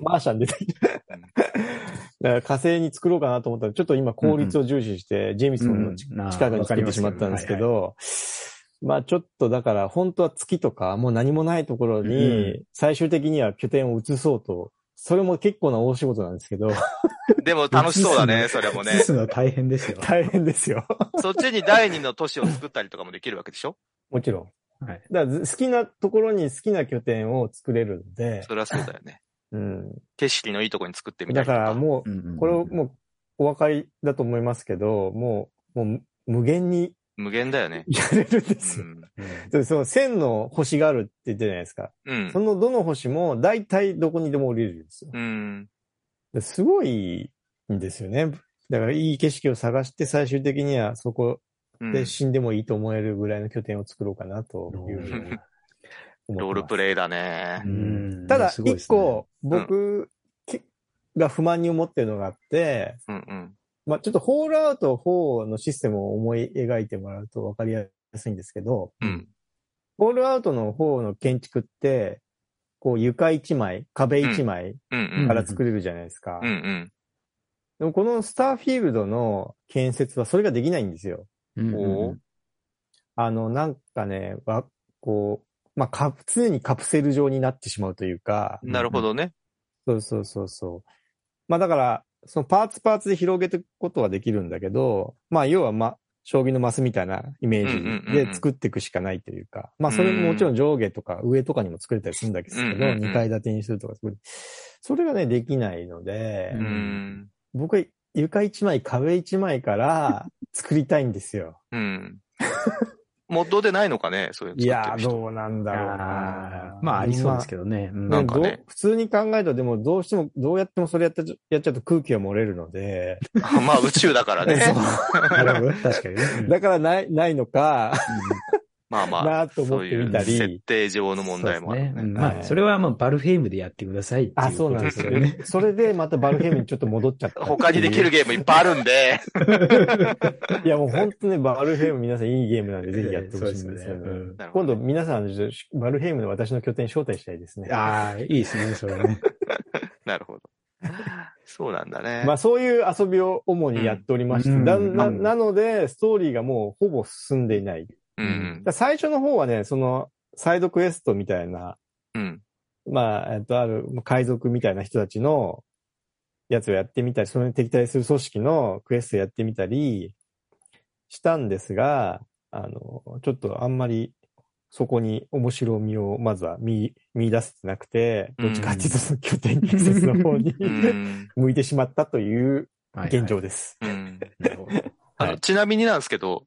Speaker 2: マーシャン出てきた。だから火星に作ろうかなと思ったら、ちょっと今効率を重視して、ジェミソンのち
Speaker 3: うんうん
Speaker 2: 近くに作ってしまったんですけ
Speaker 3: あ
Speaker 2: ど、まあちょっとだから本当は月とかもう何もないところ
Speaker 3: う
Speaker 2: に最終的には拠点を移そうと、それも結構な大仕事なんですけ ど、
Speaker 1: でも楽しそうだね、
Speaker 3: 移す
Speaker 1: それもね
Speaker 3: 移。すのは大変ですよ。
Speaker 2: 大変ですよ。
Speaker 1: そっちに第二の都市を作ったりとかもできるわけでしょ
Speaker 2: もちろん。
Speaker 3: はい
Speaker 2: だからず好きなところに好きな拠点を作れるんで、
Speaker 1: そりゃそうだよね。
Speaker 2: うん。
Speaker 1: 景色のいいとこに作ってみた
Speaker 2: だ
Speaker 1: りと
Speaker 2: か
Speaker 1: か。
Speaker 2: らも
Speaker 3: うんうんう
Speaker 2: う、
Speaker 3: ん
Speaker 2: これをもうお分かりだと思いますけど、もう、もう無限に
Speaker 1: 無限だよね。
Speaker 2: やれるんです
Speaker 1: うん。
Speaker 2: よ。
Speaker 3: うん
Speaker 2: でその1000の星があるって言ってるじゃないですか。
Speaker 1: うん
Speaker 2: そ。のどの星も大体どこにでも降りれるんですよ。
Speaker 1: うん。
Speaker 2: ですごいんですよね。だからいい景色を探して最終的にはそこ
Speaker 1: うん
Speaker 2: で死んでもいいと思えるぐらいの拠点を作ろうかなというふうに思ってます。
Speaker 1: ロールプレイだね。
Speaker 3: うん
Speaker 2: ただ、
Speaker 3: すごいで
Speaker 2: 一
Speaker 3: すね
Speaker 2: 個、僕けが不満に思ってるのがあって、
Speaker 1: うんうん。
Speaker 2: まあちょっとホールアウト4のシステムを思い描いてもらうと分かりやすいんですけど、
Speaker 1: うん。
Speaker 2: ホールアウトの方の建築って、こう床一枚、壁一
Speaker 1: う
Speaker 2: 枚
Speaker 1: ん
Speaker 2: か
Speaker 1: うん。
Speaker 2: ら作れるじゃないですか。
Speaker 1: うんうん。
Speaker 2: でもこのスターフィールドの建設はそれができないんですよ。
Speaker 3: うんうんうん
Speaker 2: あの、なんかね、わこう、まあカプ、常にカプセル状になってしまうというか、
Speaker 1: なるほどね。
Speaker 2: そうそうそうそう。まあだから、そのパーツパーツで広げていくことはできるんだけど、まあ要はま、将棋のマスみたいなイメージ
Speaker 1: うんうんうんう
Speaker 2: で
Speaker 1: ん
Speaker 2: 作っていくしかないというか、まあそれももちろん上下とか上とかにも作れたりするんだけど、
Speaker 1: うんうんうん
Speaker 2: 2階建てにするとか作る。それがね、できないので、
Speaker 1: う
Speaker 3: うん
Speaker 1: ん。
Speaker 2: 僕は床1枚、壁1枚から作りたいんで すよ。
Speaker 1: うん。モッドでないのかねそういうの
Speaker 2: い
Speaker 1: 作って
Speaker 2: や
Speaker 1: る
Speaker 2: ー、
Speaker 1: 人。
Speaker 2: どうなんだろうな
Speaker 3: あ。ーまあ、ありそうですけどね。うん
Speaker 1: なんかね
Speaker 2: どう普通に考えたら、でもどうしても、どうやってもそれやってやっちゃうと空気が漏れるので、
Speaker 1: まあ宇宙だから ね。
Speaker 3: なるほど 確かにね。うん
Speaker 2: だからない、ないの か、
Speaker 1: まあまあ。
Speaker 2: なぁと思ってみた
Speaker 1: そういう設
Speaker 2: り。
Speaker 1: 定上の問題もある
Speaker 3: そ
Speaker 1: ね。
Speaker 3: うですねうんまあ、それはまあ、バルフェイムでやってくださいっていう
Speaker 2: あ、そうなんですよ ね。 それでまたバルヘムにちょっと戻っちゃった。
Speaker 1: 他にできる。ゲームいっぱいあるんで、
Speaker 2: いやもう本当ね、バルヘム皆さんいいゲームなんでぜひやってほしいんですよ
Speaker 3: そうですね
Speaker 2: ね
Speaker 3: うん。
Speaker 2: 今度皆さんちょっと、バルヘムの私の拠点に招待したいですね。
Speaker 3: ああ、いいですね、それね。
Speaker 1: なるほど。そうなんだね。
Speaker 2: まあそういう遊びを主にやっておりまして、
Speaker 3: うん
Speaker 2: だ
Speaker 3: うん
Speaker 2: ななので、ストーリーがもうほぼ進んでいない。だか
Speaker 1: うん
Speaker 2: ら最初の方はね、その、サイドクエストみたいな、
Speaker 1: うん。うん。
Speaker 2: まあ、えっと、あるまあ海賊みたいな人たちのやつをやってみたり、それに敵対する組織のクエストをやってみたりしたんですが、あの、ちょっとあんまりそこに面白みをまずは見、見出せてなくて、どっちかっていうとその拠点建設の方に、
Speaker 1: うん。
Speaker 2: 向いてしまったという
Speaker 3: はい
Speaker 2: 現状。です。
Speaker 1: うん
Speaker 3: なるほど
Speaker 1: あの
Speaker 2: はい
Speaker 1: ちなみになんですけど、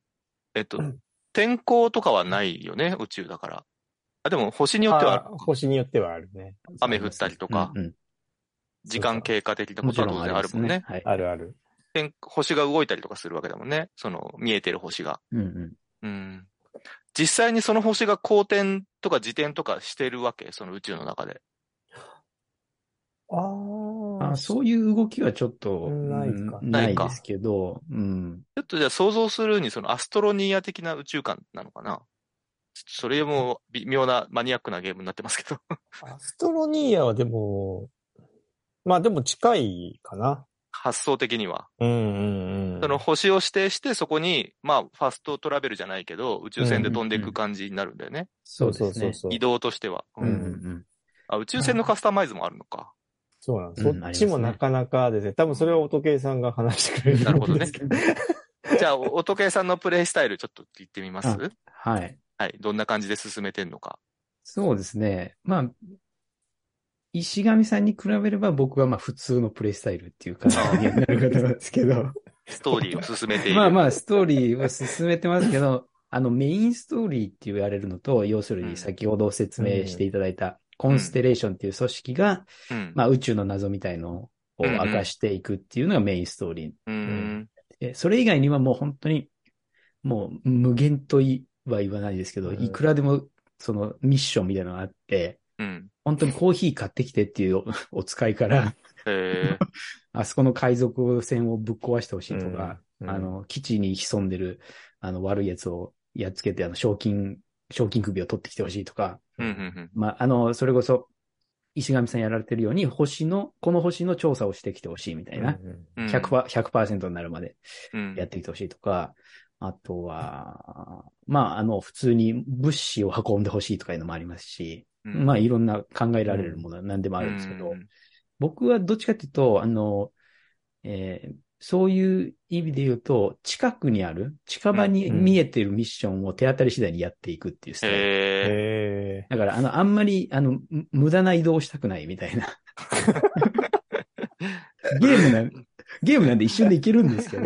Speaker 1: えっと、天候とかはないよね、宇宙だから。あ、でも星によっては
Speaker 2: あ星によってはあるね。
Speaker 1: 雨降ったりとか、
Speaker 3: うんうん
Speaker 1: 時間経過的なこ
Speaker 3: も
Speaker 1: と
Speaker 3: ち
Speaker 1: は
Speaker 3: ろ
Speaker 1: 当
Speaker 3: ん
Speaker 1: 然あ
Speaker 3: あ
Speaker 1: る
Speaker 3: る
Speaker 1: もんね。
Speaker 3: はい。
Speaker 2: あるある。
Speaker 1: 天星が動いたりとかするわけだもんね。その見えてる星が。
Speaker 3: うんうん
Speaker 1: うん。実際にその星が公転とか自転とかしてるわけその宇宙の中で。
Speaker 2: あ
Speaker 3: あそういう動きはちょっと、
Speaker 2: な
Speaker 3: ないい
Speaker 2: か
Speaker 3: ないですけど、うん。
Speaker 1: ちょっとじゃあ想像するにそのアストロニア的な宇宙観なのかなちょっとそれも微妙なマニアックなゲームになってますけど。
Speaker 2: アストロニアはでも、まあでも近いかな。
Speaker 1: 発想的には。
Speaker 2: うんうんうん。
Speaker 1: その星を指定して、そこに、まあ、ファストトラベルじゃないけど、宇宙船で飛んでいく感じになるんだよね。
Speaker 2: そうそうそうそう。
Speaker 1: 移動としては、う
Speaker 2: う
Speaker 1: んん
Speaker 3: ん。
Speaker 1: あ。宇宙船のカスタマイズもあるのか。
Speaker 2: そうなんです。
Speaker 3: うん
Speaker 2: そっちもなかなかですね。多分それは音計さんが話してくれる
Speaker 1: なるほどね
Speaker 2: ですけど。
Speaker 1: じゃあ、お音計さんのプレイスタイルちょっと聞いてみます
Speaker 3: あ はい。
Speaker 1: はい。どんな感じで進めてんのか。
Speaker 3: そうですね。まあ、石神さんに比べれば僕はまあ普通のプレイスタイルっていう感じになることなんですけ ど。
Speaker 1: ストーリーを進めている。
Speaker 3: まあまあストーリーは進めてますけど、 あのメインストーリーって言われるのと、要するに先ほど説明していただいたコンステレーションっていう組織が、
Speaker 1: うん。
Speaker 3: まあ宇宙の謎みたいのを明かしていくっていうのがメインストーリー
Speaker 1: うん。
Speaker 3: えそれ以外にはもう本当に、もう無限とは言わないですけど、
Speaker 2: うん
Speaker 3: いくらでもそのミッションみたいなのがあって、
Speaker 1: うん。
Speaker 3: 本当にコーヒー買ってきてっていうお お使いから、
Speaker 1: え
Speaker 3: あそこの海賊船をぶっ壊してほしいとか、
Speaker 2: うん
Speaker 3: あ、の、基地に潜んでる、あの、悪いやつをやっつけて、あの、賞金、賞金首を取ってきてほしいとか、
Speaker 1: ーうんうん
Speaker 3: まあ、あの、それこそ、石神さんやられてるように、星の、この星の調査をしてきてほしいみたいな、
Speaker 1: うんうん
Speaker 3: 100%, 100%になるまで。
Speaker 1: うん
Speaker 3: やってきてほしいとか、あとは、まあ、あの、普通に物資を運んでほしいとかいうのもありますし、
Speaker 1: うん
Speaker 3: まあ、いろんな考えられるものは何でもあるんですけど、
Speaker 1: うん
Speaker 3: 僕はどっちかっていうと、あの、えーそういう意味で言うと、近くにある、近場に見えてるミッションを手当たり次第にやっていくっていうスタイル。
Speaker 1: え
Speaker 2: え
Speaker 3: だから、あの、あんまり、あの、む無駄な移動をしたくないみ たいな。ゲームなん、ゲームなんで一瞬でいけるんですけど、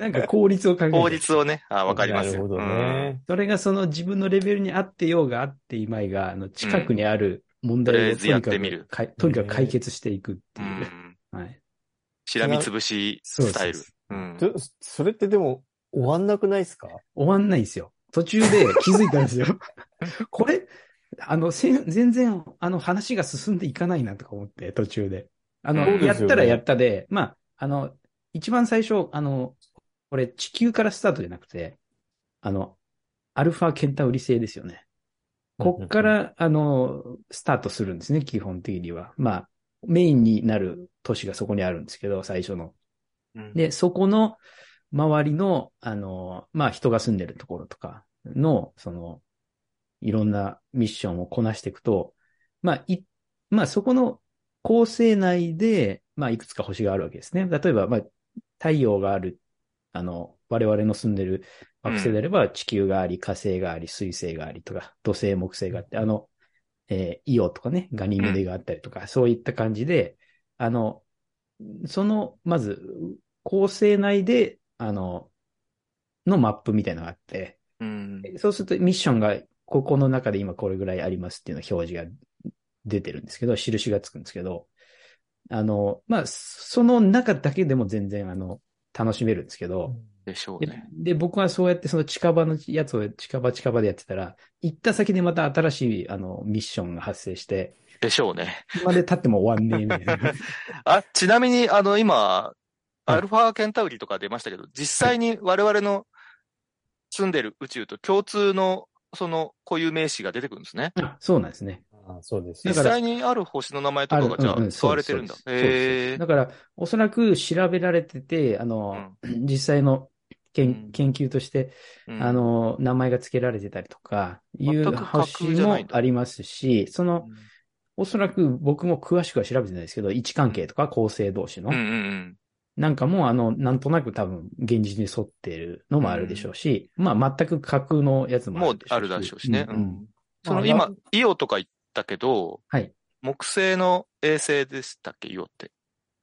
Speaker 3: なんか効率を考え
Speaker 1: ー、
Speaker 3: て。
Speaker 1: 法律をね、あーわかります
Speaker 2: なる
Speaker 1: よ。
Speaker 2: ほどね。
Speaker 3: それがその自分のレベルに合ってようがあっていまいが、あの、近くにある問題
Speaker 1: う
Speaker 3: を
Speaker 1: ん
Speaker 3: とにか
Speaker 1: とりあえずやってみ
Speaker 3: く
Speaker 1: る
Speaker 3: かい、とにかく解決していくって
Speaker 1: うん。
Speaker 3: いうう。
Speaker 1: ん。
Speaker 3: はい。
Speaker 1: しらみつぶし
Speaker 3: そう
Speaker 1: ス
Speaker 3: です
Speaker 1: タイル
Speaker 3: そうで。
Speaker 1: うん
Speaker 2: ちょそれってでも、終わんなくないですか
Speaker 3: 終わんないんですよ。途中で気づいたん ですよ。これ、あの、せん全然、あの、話が進んでいかないなとか思って、途中で。あの、
Speaker 1: そうです
Speaker 3: や
Speaker 2: よ
Speaker 3: っ
Speaker 2: ね
Speaker 3: たらやったで、まあ、あの、一番最初、あの、これ地球からスタートじゃなくて、あの、アルファケンタウリ星ですよね。こっから、あの、スタートするんですね、基本的には。まあ、メインになる都市がそこにあるんですけど、最初の。
Speaker 1: うん
Speaker 3: で、そこの周りの、あの、まあ、人が住んでるところとかの、その、いろんなミッションをこなしていくと、まあ、い、まあ、そこの構成内で、まあ、いくつか星があるわけですね。例えば、まあ、太陽がある、あの、我々の住んでる惑星であれば、地球があり、火星があり、水星がありとか、土星、木星があって、あの、えーイオとかね、ガニメデがあったりとか、そういった感じで、あの、その、まず、構成内で、あの、のマップみたいなのがあって、
Speaker 1: うん
Speaker 3: そうするとミッションが、ここの中で今これぐらいありますっていうの表示が出てるんですけど、印がつくんですけど、あの、まあ、その中だけでも全然、あの、楽しめるんですけど、
Speaker 1: でしょう
Speaker 3: で
Speaker 1: ね。
Speaker 3: で、僕はそうやってその近場のやつを近場近場でやってたら、行った先でまた新しいあのミッションが発生して、
Speaker 1: でしょうね。
Speaker 3: いつまで経っても終わんねえみたいな。
Speaker 1: あ、ちなみに、あの、今、
Speaker 3: うん
Speaker 1: アルファケンタウリとか出ましたけど、実際に我々の住んでる宇宙と共通の、その固有名詞が出てくるんですね。
Speaker 3: あそうなんですね。
Speaker 2: あそうです
Speaker 1: 実
Speaker 3: だから
Speaker 1: 際にある星の名前とかがじゃ
Speaker 3: うんう
Speaker 1: あ
Speaker 3: ん
Speaker 1: 使われてるんだ
Speaker 3: そう。ですそう
Speaker 1: へ
Speaker 3: ですそうです
Speaker 1: え
Speaker 3: だ。から、おそらく調べられてて、あの、実際の
Speaker 1: う
Speaker 3: 研
Speaker 1: ん
Speaker 3: 研究として、
Speaker 1: うん
Speaker 3: あ、の、名前が付けられてたりとか、い
Speaker 1: 全
Speaker 3: う
Speaker 1: く架
Speaker 3: 発
Speaker 1: 空
Speaker 3: 信
Speaker 1: じゃ
Speaker 3: も
Speaker 1: ないんだ
Speaker 3: ありますし、その、おそらく僕も詳しくは調べてないですけど、位置関係とか構成同士の
Speaker 1: うんうんうん。
Speaker 3: なんかもうあの、なんとなく多分現実に沿ってるのもあるでしょうし、まあ全く架空のやつも
Speaker 1: もうあるだろうしね。
Speaker 3: う
Speaker 1: うんん。そ
Speaker 3: ま
Speaker 1: の
Speaker 3: あ
Speaker 1: 今、イオとか言ったけど、
Speaker 3: はい
Speaker 1: 木星の衛星でしたっけ、イオって。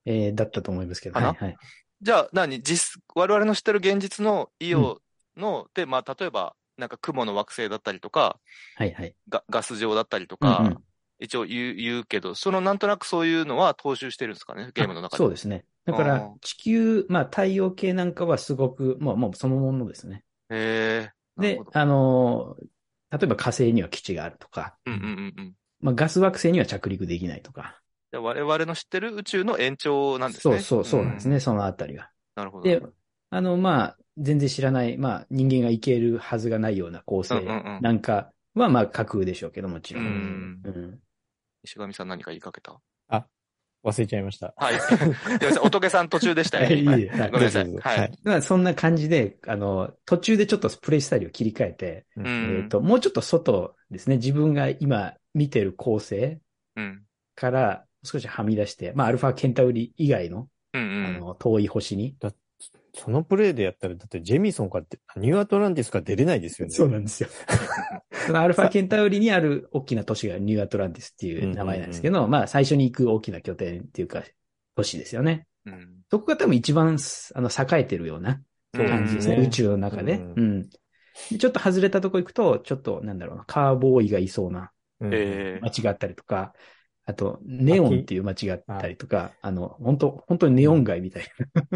Speaker 3: えーだったと思いますけど、
Speaker 1: か
Speaker 3: は
Speaker 1: ない
Speaker 3: はい。
Speaker 1: じゃあ何、実、我々の知ってる現実のイオの、で、まあ、例えば、なんか雲の惑星だったりとか、
Speaker 3: はいはい。
Speaker 1: ガガス状だったりと
Speaker 3: うんう
Speaker 1: か
Speaker 3: ん、
Speaker 1: 一応言う言うけど、そのなんとなくそういうのは踏襲してるんですかね、ゲームの中で。
Speaker 3: そうですね。だか
Speaker 1: あ
Speaker 3: ら
Speaker 1: ー
Speaker 3: 地球、まあ太陽系なんかはすごく、まあもうそのものですね。
Speaker 1: へえ。なる
Speaker 3: で
Speaker 1: ほど、
Speaker 3: あのー、例えば火星には基地があるとか、
Speaker 1: うんうんうんうん。
Speaker 3: まあガス惑星には着陸できないとか。
Speaker 1: じゃあ我々の知ってる宇宙の延長なんです
Speaker 3: そ
Speaker 1: ね。
Speaker 3: うそう、そうなんですね、そのあたりは。
Speaker 1: うん。なるほど。
Speaker 3: で、あの、まあ、全然知らない、まあ、人間がいけるはずがないような構
Speaker 1: うん
Speaker 3: 成
Speaker 1: うんうん。
Speaker 3: なんかは、まあ、架空でしょうけど、もちろん。
Speaker 1: うん
Speaker 3: うん
Speaker 1: 石神さん何か言いかけた
Speaker 2: あ、忘れちゃいました。
Speaker 1: はい。すいません、仏さん途中でしたよね。
Speaker 3: い
Speaker 1: 今
Speaker 3: いえはい
Speaker 1: ごめんなさい
Speaker 2: どうぞ
Speaker 1: はい
Speaker 3: まあ、そんな感じで、あの、途中でちょっとプレイスタイルを切り替えて、
Speaker 2: う
Speaker 1: うん
Speaker 3: えっ、
Speaker 1: ん。
Speaker 3: と、もうちょっと外ですね、自分が今見てる構成
Speaker 1: うん。
Speaker 3: から少しはみ出して、まあ、アルファケンタウリ以外の、
Speaker 1: うんう
Speaker 3: あ
Speaker 1: ん。
Speaker 3: の、遠い星に。
Speaker 2: そのプレイでやったら、だってジェミソンからで、ニューアトランティスから出れないですよね。
Speaker 3: そうなん ですよ。そのアルファケンタウリにある大きな都市がニューアトランティスっていう名前なんですけど、まあ、最初に行く大きな拠点っていうか、都市ですよね。
Speaker 1: うん。
Speaker 3: そこが多分一番、あの、栄えてるような
Speaker 2: そう
Speaker 3: 感じですね。
Speaker 2: うん
Speaker 3: 宇宙の中で。
Speaker 2: う
Speaker 3: うんん、でちょっと外れたとこ行くと、ちょっと、なんだろうな、カーボーイがいそうな
Speaker 2: うん
Speaker 1: ええ。
Speaker 3: 街があったりとか、あと、ネオンっていう街があったりとか、あの、本当本当にネオン街みたい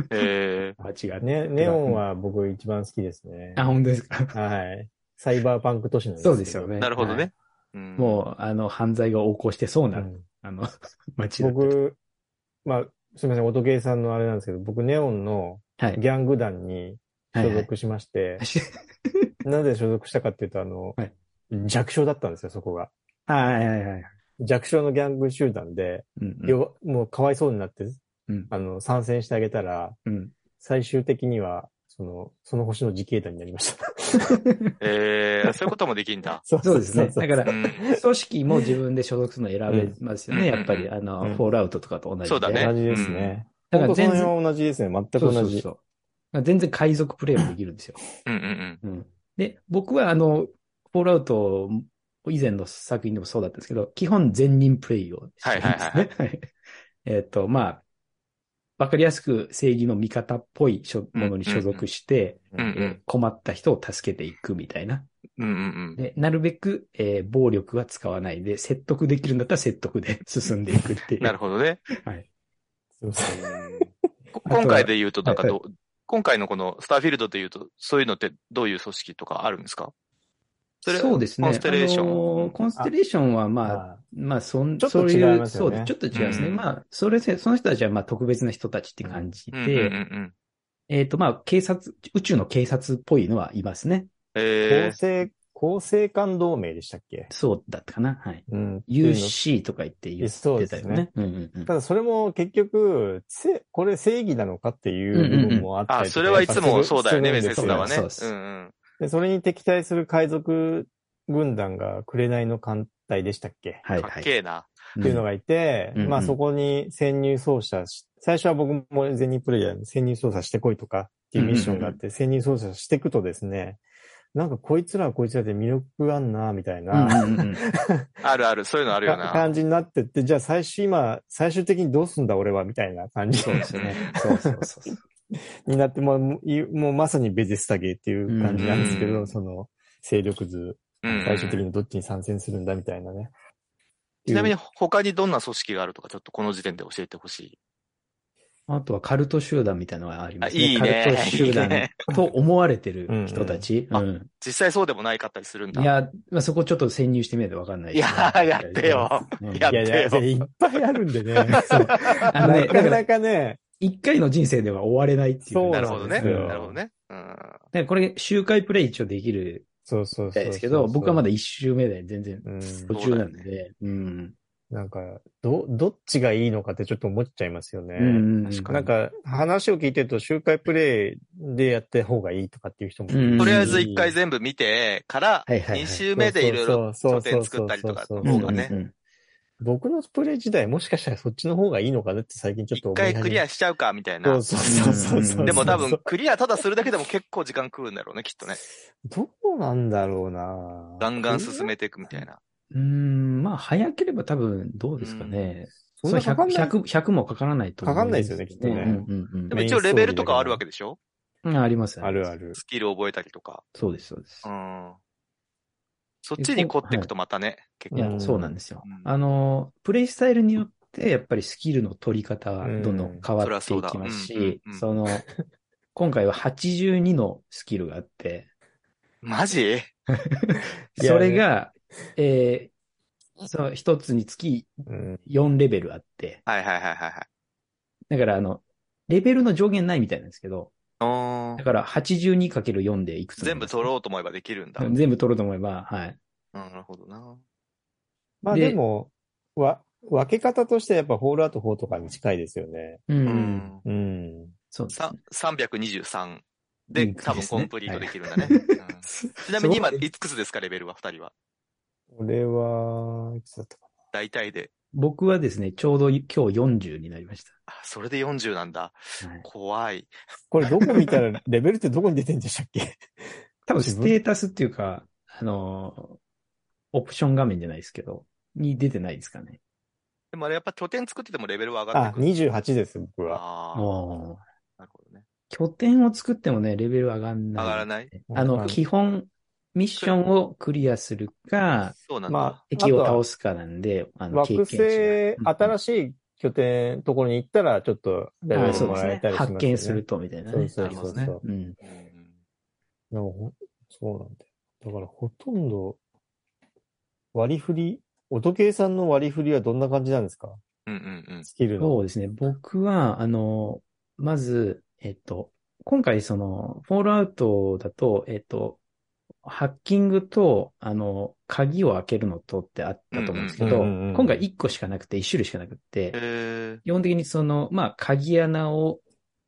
Speaker 1: え
Speaker 3: な街があったりと
Speaker 2: ね
Speaker 3: か。
Speaker 2: ネオンは僕一番好きですね。
Speaker 3: あ、本当ですか。
Speaker 2: はい。サイバーパンク都市なんですけ
Speaker 3: そ
Speaker 2: ど
Speaker 3: うですよ。 ね。
Speaker 1: ーなるほど
Speaker 3: は
Speaker 1: ね
Speaker 3: い。。
Speaker 1: うん
Speaker 3: もう、あの、犯罪が横行してそう
Speaker 2: う
Speaker 3: な、
Speaker 2: ん
Speaker 3: あの、 街だったりとか
Speaker 2: 僕、まあ、すみません、音ゲーさんのあれなんですけど、僕、ネオンの
Speaker 3: はい。
Speaker 2: ギャング団に
Speaker 3: はい
Speaker 2: 所
Speaker 3: はい
Speaker 2: 属しまして、
Speaker 3: は
Speaker 2: なぜ所属したかっていうと、あの、
Speaker 3: はい
Speaker 2: 弱小だったんですよ、そこが。
Speaker 3: い はいはい。
Speaker 2: 弱小のギャング集団で、
Speaker 3: うんうん
Speaker 2: よもうかわいそうになって、
Speaker 3: うん
Speaker 2: あの、参戦してあげたら、
Speaker 3: うん
Speaker 2: 最終的には、その、その星の自警団になりました。
Speaker 1: えー、そういうこともできんだ。
Speaker 2: そ
Speaker 3: そうですね。だか
Speaker 1: う
Speaker 3: ら、
Speaker 1: ん。
Speaker 3: 組織も自分で所属するの選べますよね。
Speaker 1: うん
Speaker 3: やっぱり、あの、
Speaker 2: うん
Speaker 3: フォールアウトとかと同じで。
Speaker 1: そうだね
Speaker 2: 同じですね。
Speaker 3: だから
Speaker 2: 本当そ
Speaker 3: 全
Speaker 2: の
Speaker 3: 然、
Speaker 2: 辺は同じですね。全く
Speaker 3: そうそ
Speaker 2: 同
Speaker 3: う
Speaker 2: じ。
Speaker 3: そう。だから全然海賊プレイもできるんですよ。
Speaker 1: うんうん
Speaker 3: うんで、僕はあの、フォールアウト以前の作品でもそうだったんですけど、基本全人プレイをしてるんですね。 はいえっと、まあ、わかりやすく正義の味方っぽい所ものに所属して、
Speaker 1: うん。うんうん。
Speaker 3: 困った人を助けていくみたいな。
Speaker 1: うんうんうん。
Speaker 3: で、なるべく、えー暴力は使わないで、説得できるんだったら説得で 進んでいくっていう。
Speaker 1: なるほどね。
Speaker 2: すいません
Speaker 1: こ今回で言うと、なんかどう、今回のこのスターフィールドで言うと、そういうのってどういう組織とかあるんですかそれ
Speaker 3: そうですね。
Speaker 1: コンステレーション
Speaker 3: あのーコンステレーションはまあ、
Speaker 2: あ
Speaker 3: まあ、そん、
Speaker 2: ちょっと
Speaker 3: そう
Speaker 2: 違
Speaker 3: い、
Speaker 2: いうますよね
Speaker 3: そう、ちょっと違いますね。
Speaker 1: うん
Speaker 3: まあ、それで、その人たちはまあ特別な人たちって感じ
Speaker 1: うんうんうんう
Speaker 3: で、
Speaker 1: ん。
Speaker 3: えっ、とまあ、警察、宇宙の警察っぽいのはいますね。
Speaker 1: え
Speaker 2: 構成、構成官同盟でしたっけ
Speaker 3: そうだったかな。はい。
Speaker 2: うん。
Speaker 3: UC とか言って言っ
Speaker 2: そう
Speaker 3: て
Speaker 2: で
Speaker 3: たよ
Speaker 2: す
Speaker 3: ね。
Speaker 2: ね。
Speaker 3: うんうんうん
Speaker 2: ただそれも結局、せ、これ正義なのかっていう部分もあっ
Speaker 1: ー、
Speaker 2: た
Speaker 1: あ、
Speaker 2: りと
Speaker 1: そ
Speaker 2: か
Speaker 1: れはいつもそうだよね、
Speaker 2: や
Speaker 1: メ
Speaker 2: っ
Speaker 1: ッ
Speaker 2: ぱ
Speaker 1: セ
Speaker 2: す
Speaker 1: ージ
Speaker 2: る
Speaker 1: だわね。
Speaker 3: そうです
Speaker 1: うんうん。
Speaker 2: で、それに敵対する海賊軍団が紅の艦隊でしたっけ、
Speaker 3: はい
Speaker 1: か
Speaker 3: は
Speaker 1: っ
Speaker 3: い。
Speaker 1: けえな。
Speaker 2: っていうのがいて、
Speaker 3: うん
Speaker 2: ま
Speaker 3: う
Speaker 2: あ
Speaker 3: ん
Speaker 2: そこに潜入捜査し、最初は僕も全人プレイヤーで潜入捜査してこいとかっていうミッションがあって、潜入捜査していくとですね、なんかこいつらはこいつらで魅力あんな、みたい
Speaker 3: うん
Speaker 2: な、
Speaker 3: うんうんうん
Speaker 1: あるある、そういうのあるよ
Speaker 2: か
Speaker 1: な。
Speaker 2: 感じになってって、じゃあ最終今、最終的にどうすんだ俺は、みたいな感じ
Speaker 3: そうですね。 そうそうそうそう。
Speaker 2: になって、もう、もういもうまさにベゼスタゲーっていう感じなんですけ
Speaker 1: うんう
Speaker 2: ど、
Speaker 1: ん
Speaker 2: その、勢力図、
Speaker 1: うんうん
Speaker 2: 最終的にどっちに参戦するんだみたいなね。
Speaker 1: ちなみに他にどんな組織があるとか、ちょっとこの時点で教えてほしい。
Speaker 3: あとはカルト集団みたいなのがありますね。
Speaker 1: あいいね
Speaker 3: カルト集
Speaker 1: いい
Speaker 3: 団
Speaker 1: ね
Speaker 3: と思われてる人たち。
Speaker 1: うんうん
Speaker 3: うん
Speaker 1: 実際そうでもないかったりするんだ。
Speaker 3: いや、まあ、そこちょっと潜入してみないとわかんない
Speaker 1: い
Speaker 3: です
Speaker 1: や
Speaker 3: ね、
Speaker 1: ー、やってよ。
Speaker 3: うん。
Speaker 1: やっ
Speaker 2: いやいや、い
Speaker 1: てよ。
Speaker 2: っぱいある んでね。
Speaker 3: そうあのね、
Speaker 2: な
Speaker 3: だ
Speaker 2: か
Speaker 3: から
Speaker 2: な、かね、
Speaker 3: 一回の人生では終われないっていう。
Speaker 2: そう
Speaker 1: な
Speaker 2: なん
Speaker 1: る
Speaker 2: ですよ
Speaker 1: ほどね。
Speaker 2: そう
Speaker 1: なるほどね。うん。
Speaker 3: だからこれ、周回プレイ一応できる
Speaker 2: そうそう
Speaker 3: み
Speaker 2: そ
Speaker 3: た
Speaker 2: う
Speaker 3: いですけど、僕はまだ一周目で全然
Speaker 2: うん
Speaker 3: 途中なんで、うん。
Speaker 2: なんか、ど、どっちがいいのかってちょっと思っちゃいますよね。
Speaker 3: うん
Speaker 1: 確かに
Speaker 2: なんか、話を聞いてると、周回プレイでやった方がいいとかっていう人も。
Speaker 3: うん
Speaker 1: とりあえず一回全部見てから、
Speaker 3: はいはいはい
Speaker 1: 2周目でいろいろ拠点作ったりとかの
Speaker 2: そう
Speaker 1: 方がね、
Speaker 3: ん
Speaker 2: 僕のプレイ自体もしかしたらそっちの方がいいのかなって最近ちょっ
Speaker 1: 一
Speaker 2: と思い
Speaker 1: 回
Speaker 2: 始め
Speaker 1: クリアしちゃうかみたい
Speaker 2: そ
Speaker 1: な
Speaker 2: う。そうそうそうそう。
Speaker 1: でも多
Speaker 2: そ
Speaker 1: 分
Speaker 2: う、
Speaker 1: クリアただするだけでも結構時間食うんだろうね、きっとね。
Speaker 2: そうどうなんだろうな
Speaker 1: ガンガン進めていくみたいな。
Speaker 3: うんうん、まあ、早ければ多分、どうですかね。
Speaker 2: そん
Speaker 3: それ
Speaker 2: なかかんない
Speaker 3: 100, 100, 100もかからないと思
Speaker 2: かかんないですよねきっとね
Speaker 3: うんうん
Speaker 1: で
Speaker 3: うん
Speaker 1: も一応レベルとかあるわけでしょ
Speaker 3: うん。あります。
Speaker 2: あるあ。る。
Speaker 1: スキル覚えたりとか。
Speaker 3: そうです、そうです
Speaker 1: う。ん。そっちに凝っていくとまたね、結
Speaker 3: い
Speaker 1: 構。
Speaker 3: や、
Speaker 2: うん
Speaker 3: そうなんですよ
Speaker 1: うん。
Speaker 3: あの、プレイスタイルによって、やっぱりスキルの取り方はどんどん変わっていき
Speaker 1: うんそりゃそ
Speaker 3: ます
Speaker 1: う
Speaker 3: し
Speaker 1: だうんうんう、ん
Speaker 3: その、 今回は82のスキルがあって、
Speaker 1: マジ
Speaker 2: いや
Speaker 3: それが、えー、そう、一つにつき
Speaker 2: うん。
Speaker 3: 4レベルあって、
Speaker 1: はいはいはいはいはい。
Speaker 3: だからあの、レベルの上限ないみたいなんですけど、
Speaker 1: うーん
Speaker 3: だから 82×4 でいくつ
Speaker 1: 全部取
Speaker 3: ろ
Speaker 1: ろうと思えばできるんだ。
Speaker 3: 全部取ろうと思えば、はい。
Speaker 1: うんなるほどな。
Speaker 2: まあ
Speaker 3: で
Speaker 2: でも、わ、分け方としてはやっぱホールアウト4とかに近いですよね。
Speaker 3: う。
Speaker 1: うんん。
Speaker 2: うん。
Speaker 3: そうです
Speaker 1: さ
Speaker 3: ね。
Speaker 1: 323
Speaker 3: い
Speaker 1: で
Speaker 3: いですね
Speaker 1: 多分コンプリートできるんだね。 うんちなみに今、いくつですか、レベルは、二人は。
Speaker 2: これは、いくつだったか
Speaker 1: 大体で。
Speaker 3: 僕はですね、ちょうど今日40になりまし
Speaker 1: あそれで40なんだ。
Speaker 3: た。はい
Speaker 1: 怖い。
Speaker 2: なこれどこ見た ら、レベルってどこに出てんでしたっけ
Speaker 3: 多分ステータスっていうか、あの、オプション画面じゃないですけど、に出てないですかね。
Speaker 1: でもあれやっぱ拠点作っててもレベルは上がっ
Speaker 2: あ
Speaker 1: て、くる。
Speaker 2: 28です、僕は。
Speaker 1: ああ
Speaker 3: おー
Speaker 1: なるほどね。
Speaker 3: 拠点を作ってもね、レベル上がんない。
Speaker 1: 上がらない。
Speaker 3: あ
Speaker 2: ま
Speaker 3: の、
Speaker 2: あ
Speaker 3: 基本、ミッションをクリアするか、
Speaker 1: そうなんだ。
Speaker 2: ま
Speaker 3: 敵を倒すかなんで、あの、
Speaker 2: 惑
Speaker 3: 経
Speaker 2: 星
Speaker 3: 験値、が
Speaker 2: 新しい拠点、ところに行ったら、ちょっと、レベルもらえたりします、ね
Speaker 3: 発見する。と、みたいな
Speaker 2: そ
Speaker 3: ね
Speaker 2: う。そう
Speaker 1: あり
Speaker 2: そ
Speaker 1: ま
Speaker 2: う
Speaker 1: す
Speaker 2: そう。
Speaker 1: ね
Speaker 3: うん。
Speaker 1: うん
Speaker 2: でもほんそうなんだよ。だからほとんど、割り振り、音計さんの割り振りはどんな感じなんですか
Speaker 1: うんうんうん。
Speaker 2: スキルの。
Speaker 3: そうですね。僕は、あの、まず、えっと、今回その、フォールアウトだと、えっと、ハッキングと、あの、鍵を開けるのとってあったと思うんですけど、
Speaker 2: うんうんうんうん
Speaker 3: 今回1個しかなくて、1種類しかなくて、
Speaker 1: え
Speaker 3: 基本的にその、まあ、鍵穴を、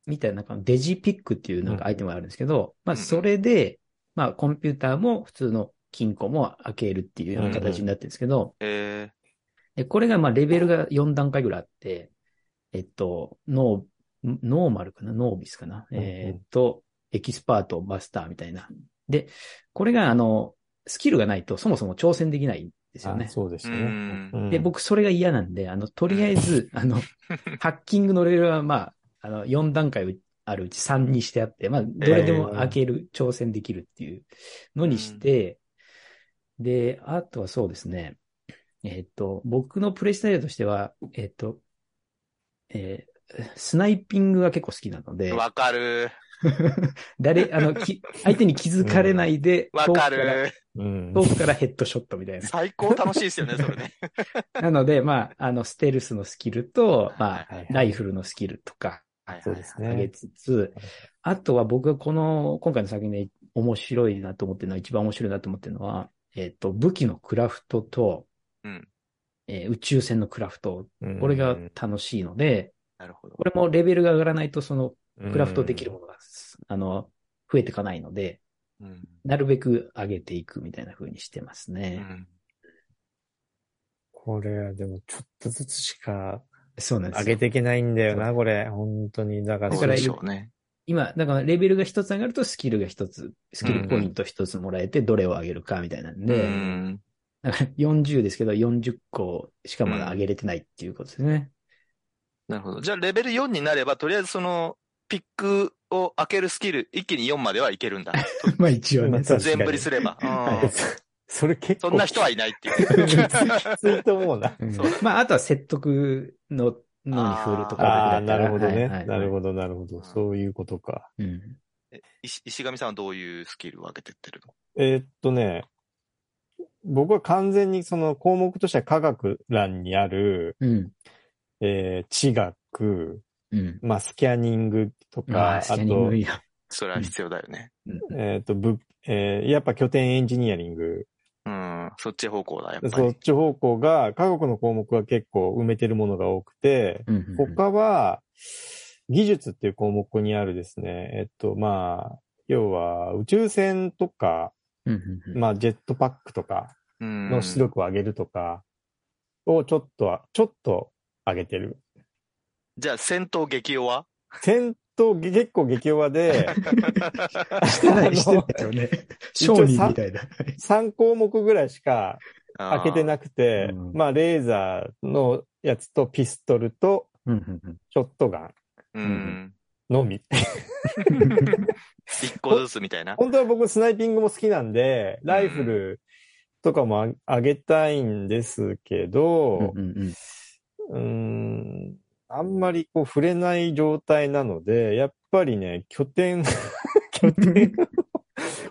Speaker 3: みたいな、デジピックっていうなんかアイテムがあるんですけど、まあ、それで、まあ、コンピューターも普通の金庫も開けるっていうような形になってるんですけど、
Speaker 1: ー、え
Speaker 3: で、これが、まあ、レベルが4段階ぐらいあって、えっと、ノー、ノーマルかなノービスかな、
Speaker 2: んうん
Speaker 3: えーっと、エキスパート、マスターみたいな。で、これが、あの、スキルがないとそもそも挑戦できないんですよ
Speaker 2: あ
Speaker 3: ね。
Speaker 2: そうでし
Speaker 1: ー、
Speaker 2: た
Speaker 1: う
Speaker 2: ね。
Speaker 1: ん
Speaker 2: う。ん
Speaker 3: で、、僕、それが嫌なんで、あの、とりあえず、あの、 ハッキングのレベルは、まあ、あの、4段階あるうち3にしてあって、まあ、どれでも開ける、挑戦できるっていうのにして、で、あとはそうですね、えっ、と、僕のプレイスタイルとしては、えっ、と、えースナイピングが結構好きなので、
Speaker 1: わかる。
Speaker 3: 誰、あの、き相手に気づかれないで、
Speaker 1: わかる。
Speaker 2: うん。
Speaker 3: 遠くから遠くからヘッドショットみたいな。
Speaker 1: 最高楽しいで すよね、それね。
Speaker 3: なので、まあ、あの、ステルスのスキルと、まあ、
Speaker 2: はいはい
Speaker 3: ライフルのスキルとか、
Speaker 1: はい
Speaker 2: そうです
Speaker 3: 上げ
Speaker 2: ね。
Speaker 3: つつ、あとは僕がこの、今回の作品で面白いなと思ってるのは、一番面白いなと思ってるのは、えっ、と、武器のクラフトと、
Speaker 1: うん
Speaker 3: えー宇宙船のクラフト、
Speaker 2: うん
Speaker 3: これが楽しいので、
Speaker 1: なるほど
Speaker 3: こ。れもレベルが上がらないと、その、クラフトできる
Speaker 2: も
Speaker 3: ものが、あの、増えていかないので、
Speaker 1: うん。
Speaker 3: なるべく上げていくみたいな風にしてます
Speaker 1: う
Speaker 3: ね。
Speaker 1: ん
Speaker 2: これはでもちょっとずつしか
Speaker 3: そうなんです
Speaker 2: 上
Speaker 3: よ
Speaker 2: げていけないんだよな、これ。本当に。だから、
Speaker 1: ど
Speaker 3: だ
Speaker 1: う
Speaker 3: から
Speaker 1: でしょうね。
Speaker 3: 今、だからレベルが一つ上がるとスキルが一つ、スキルポイント一つもらえてどれを上げるかみたいなん
Speaker 1: う
Speaker 3: で、
Speaker 1: ん。
Speaker 3: だから40ですけど40個しかまだ上げれてないっていうことですね。
Speaker 1: なるほど。じゃあ、レベル4になれば、とりあえずその、ピックを開けるスキル、一気に4まではいける んだ。
Speaker 3: まあ一応
Speaker 2: ま
Speaker 3: ね
Speaker 2: あ。確かに
Speaker 1: 全振りすれば。
Speaker 2: は
Speaker 1: う
Speaker 2: い
Speaker 1: ん
Speaker 2: それ結構。
Speaker 1: そんな人はいないって い
Speaker 2: きつい。
Speaker 1: う。
Speaker 2: きついと思う な。
Speaker 3: うん
Speaker 1: そう
Speaker 3: まああとは説得の、のに振るところ
Speaker 2: あ
Speaker 3: だ
Speaker 2: あ、
Speaker 3: っ
Speaker 2: な
Speaker 3: たら
Speaker 2: るほどね。
Speaker 3: はいはい
Speaker 2: なるほど、なるほど。そういうことか。
Speaker 3: うん
Speaker 1: 石石上さんはどういうスキルを上げてってるの
Speaker 2: えーっとね、僕は完全にその項目としては科学欄にある、
Speaker 3: うん。
Speaker 2: えー地学、
Speaker 3: うん。
Speaker 2: まあ、スキャニングと
Speaker 3: ま
Speaker 2: か、
Speaker 3: あ、
Speaker 2: あ
Speaker 3: スキャニン
Speaker 2: と
Speaker 3: グ、いや。
Speaker 1: それは必要だよね。
Speaker 2: えーっと、ぶ、えーやっぱ拠点エンジニアリング、
Speaker 1: うん。そっち方向だ、やっぱ
Speaker 2: そっ
Speaker 1: り。
Speaker 2: ち方向が、科学の項目は結構埋めてるものが多くて、
Speaker 3: うんうんうん
Speaker 2: 他は、技術っていう項目にあるですね、えっと、まあ、要は宇宙船とか、
Speaker 3: うんうんうん
Speaker 2: まあ、ジェットパックとか、
Speaker 1: うん。
Speaker 2: の出力を上げるとかをちょっとは、ちょっと上げてる。
Speaker 1: じゃあ、戦闘激弱は
Speaker 2: 戦闘げ結構激弱 で、
Speaker 3: してない、してない
Speaker 2: あ
Speaker 3: ですよね。
Speaker 2: 一応
Speaker 3: 商人みたいな。
Speaker 2: の3項目ぐらいしか開けて
Speaker 1: い。
Speaker 2: なくて、
Speaker 3: あーうん
Speaker 2: まあレーザーのやつとピストルと
Speaker 3: うんうん
Speaker 2: ショットガン
Speaker 1: うん。
Speaker 2: のみ。
Speaker 3: うん
Speaker 1: 一個ずつみたいな。
Speaker 2: 本当は僕スナイピングも好きなんで、ライフルとかもあ上げたいんですけど
Speaker 3: う、んうん
Speaker 2: うーんあんまりこう触れない状態なので、やっぱりね、拠点、拠点の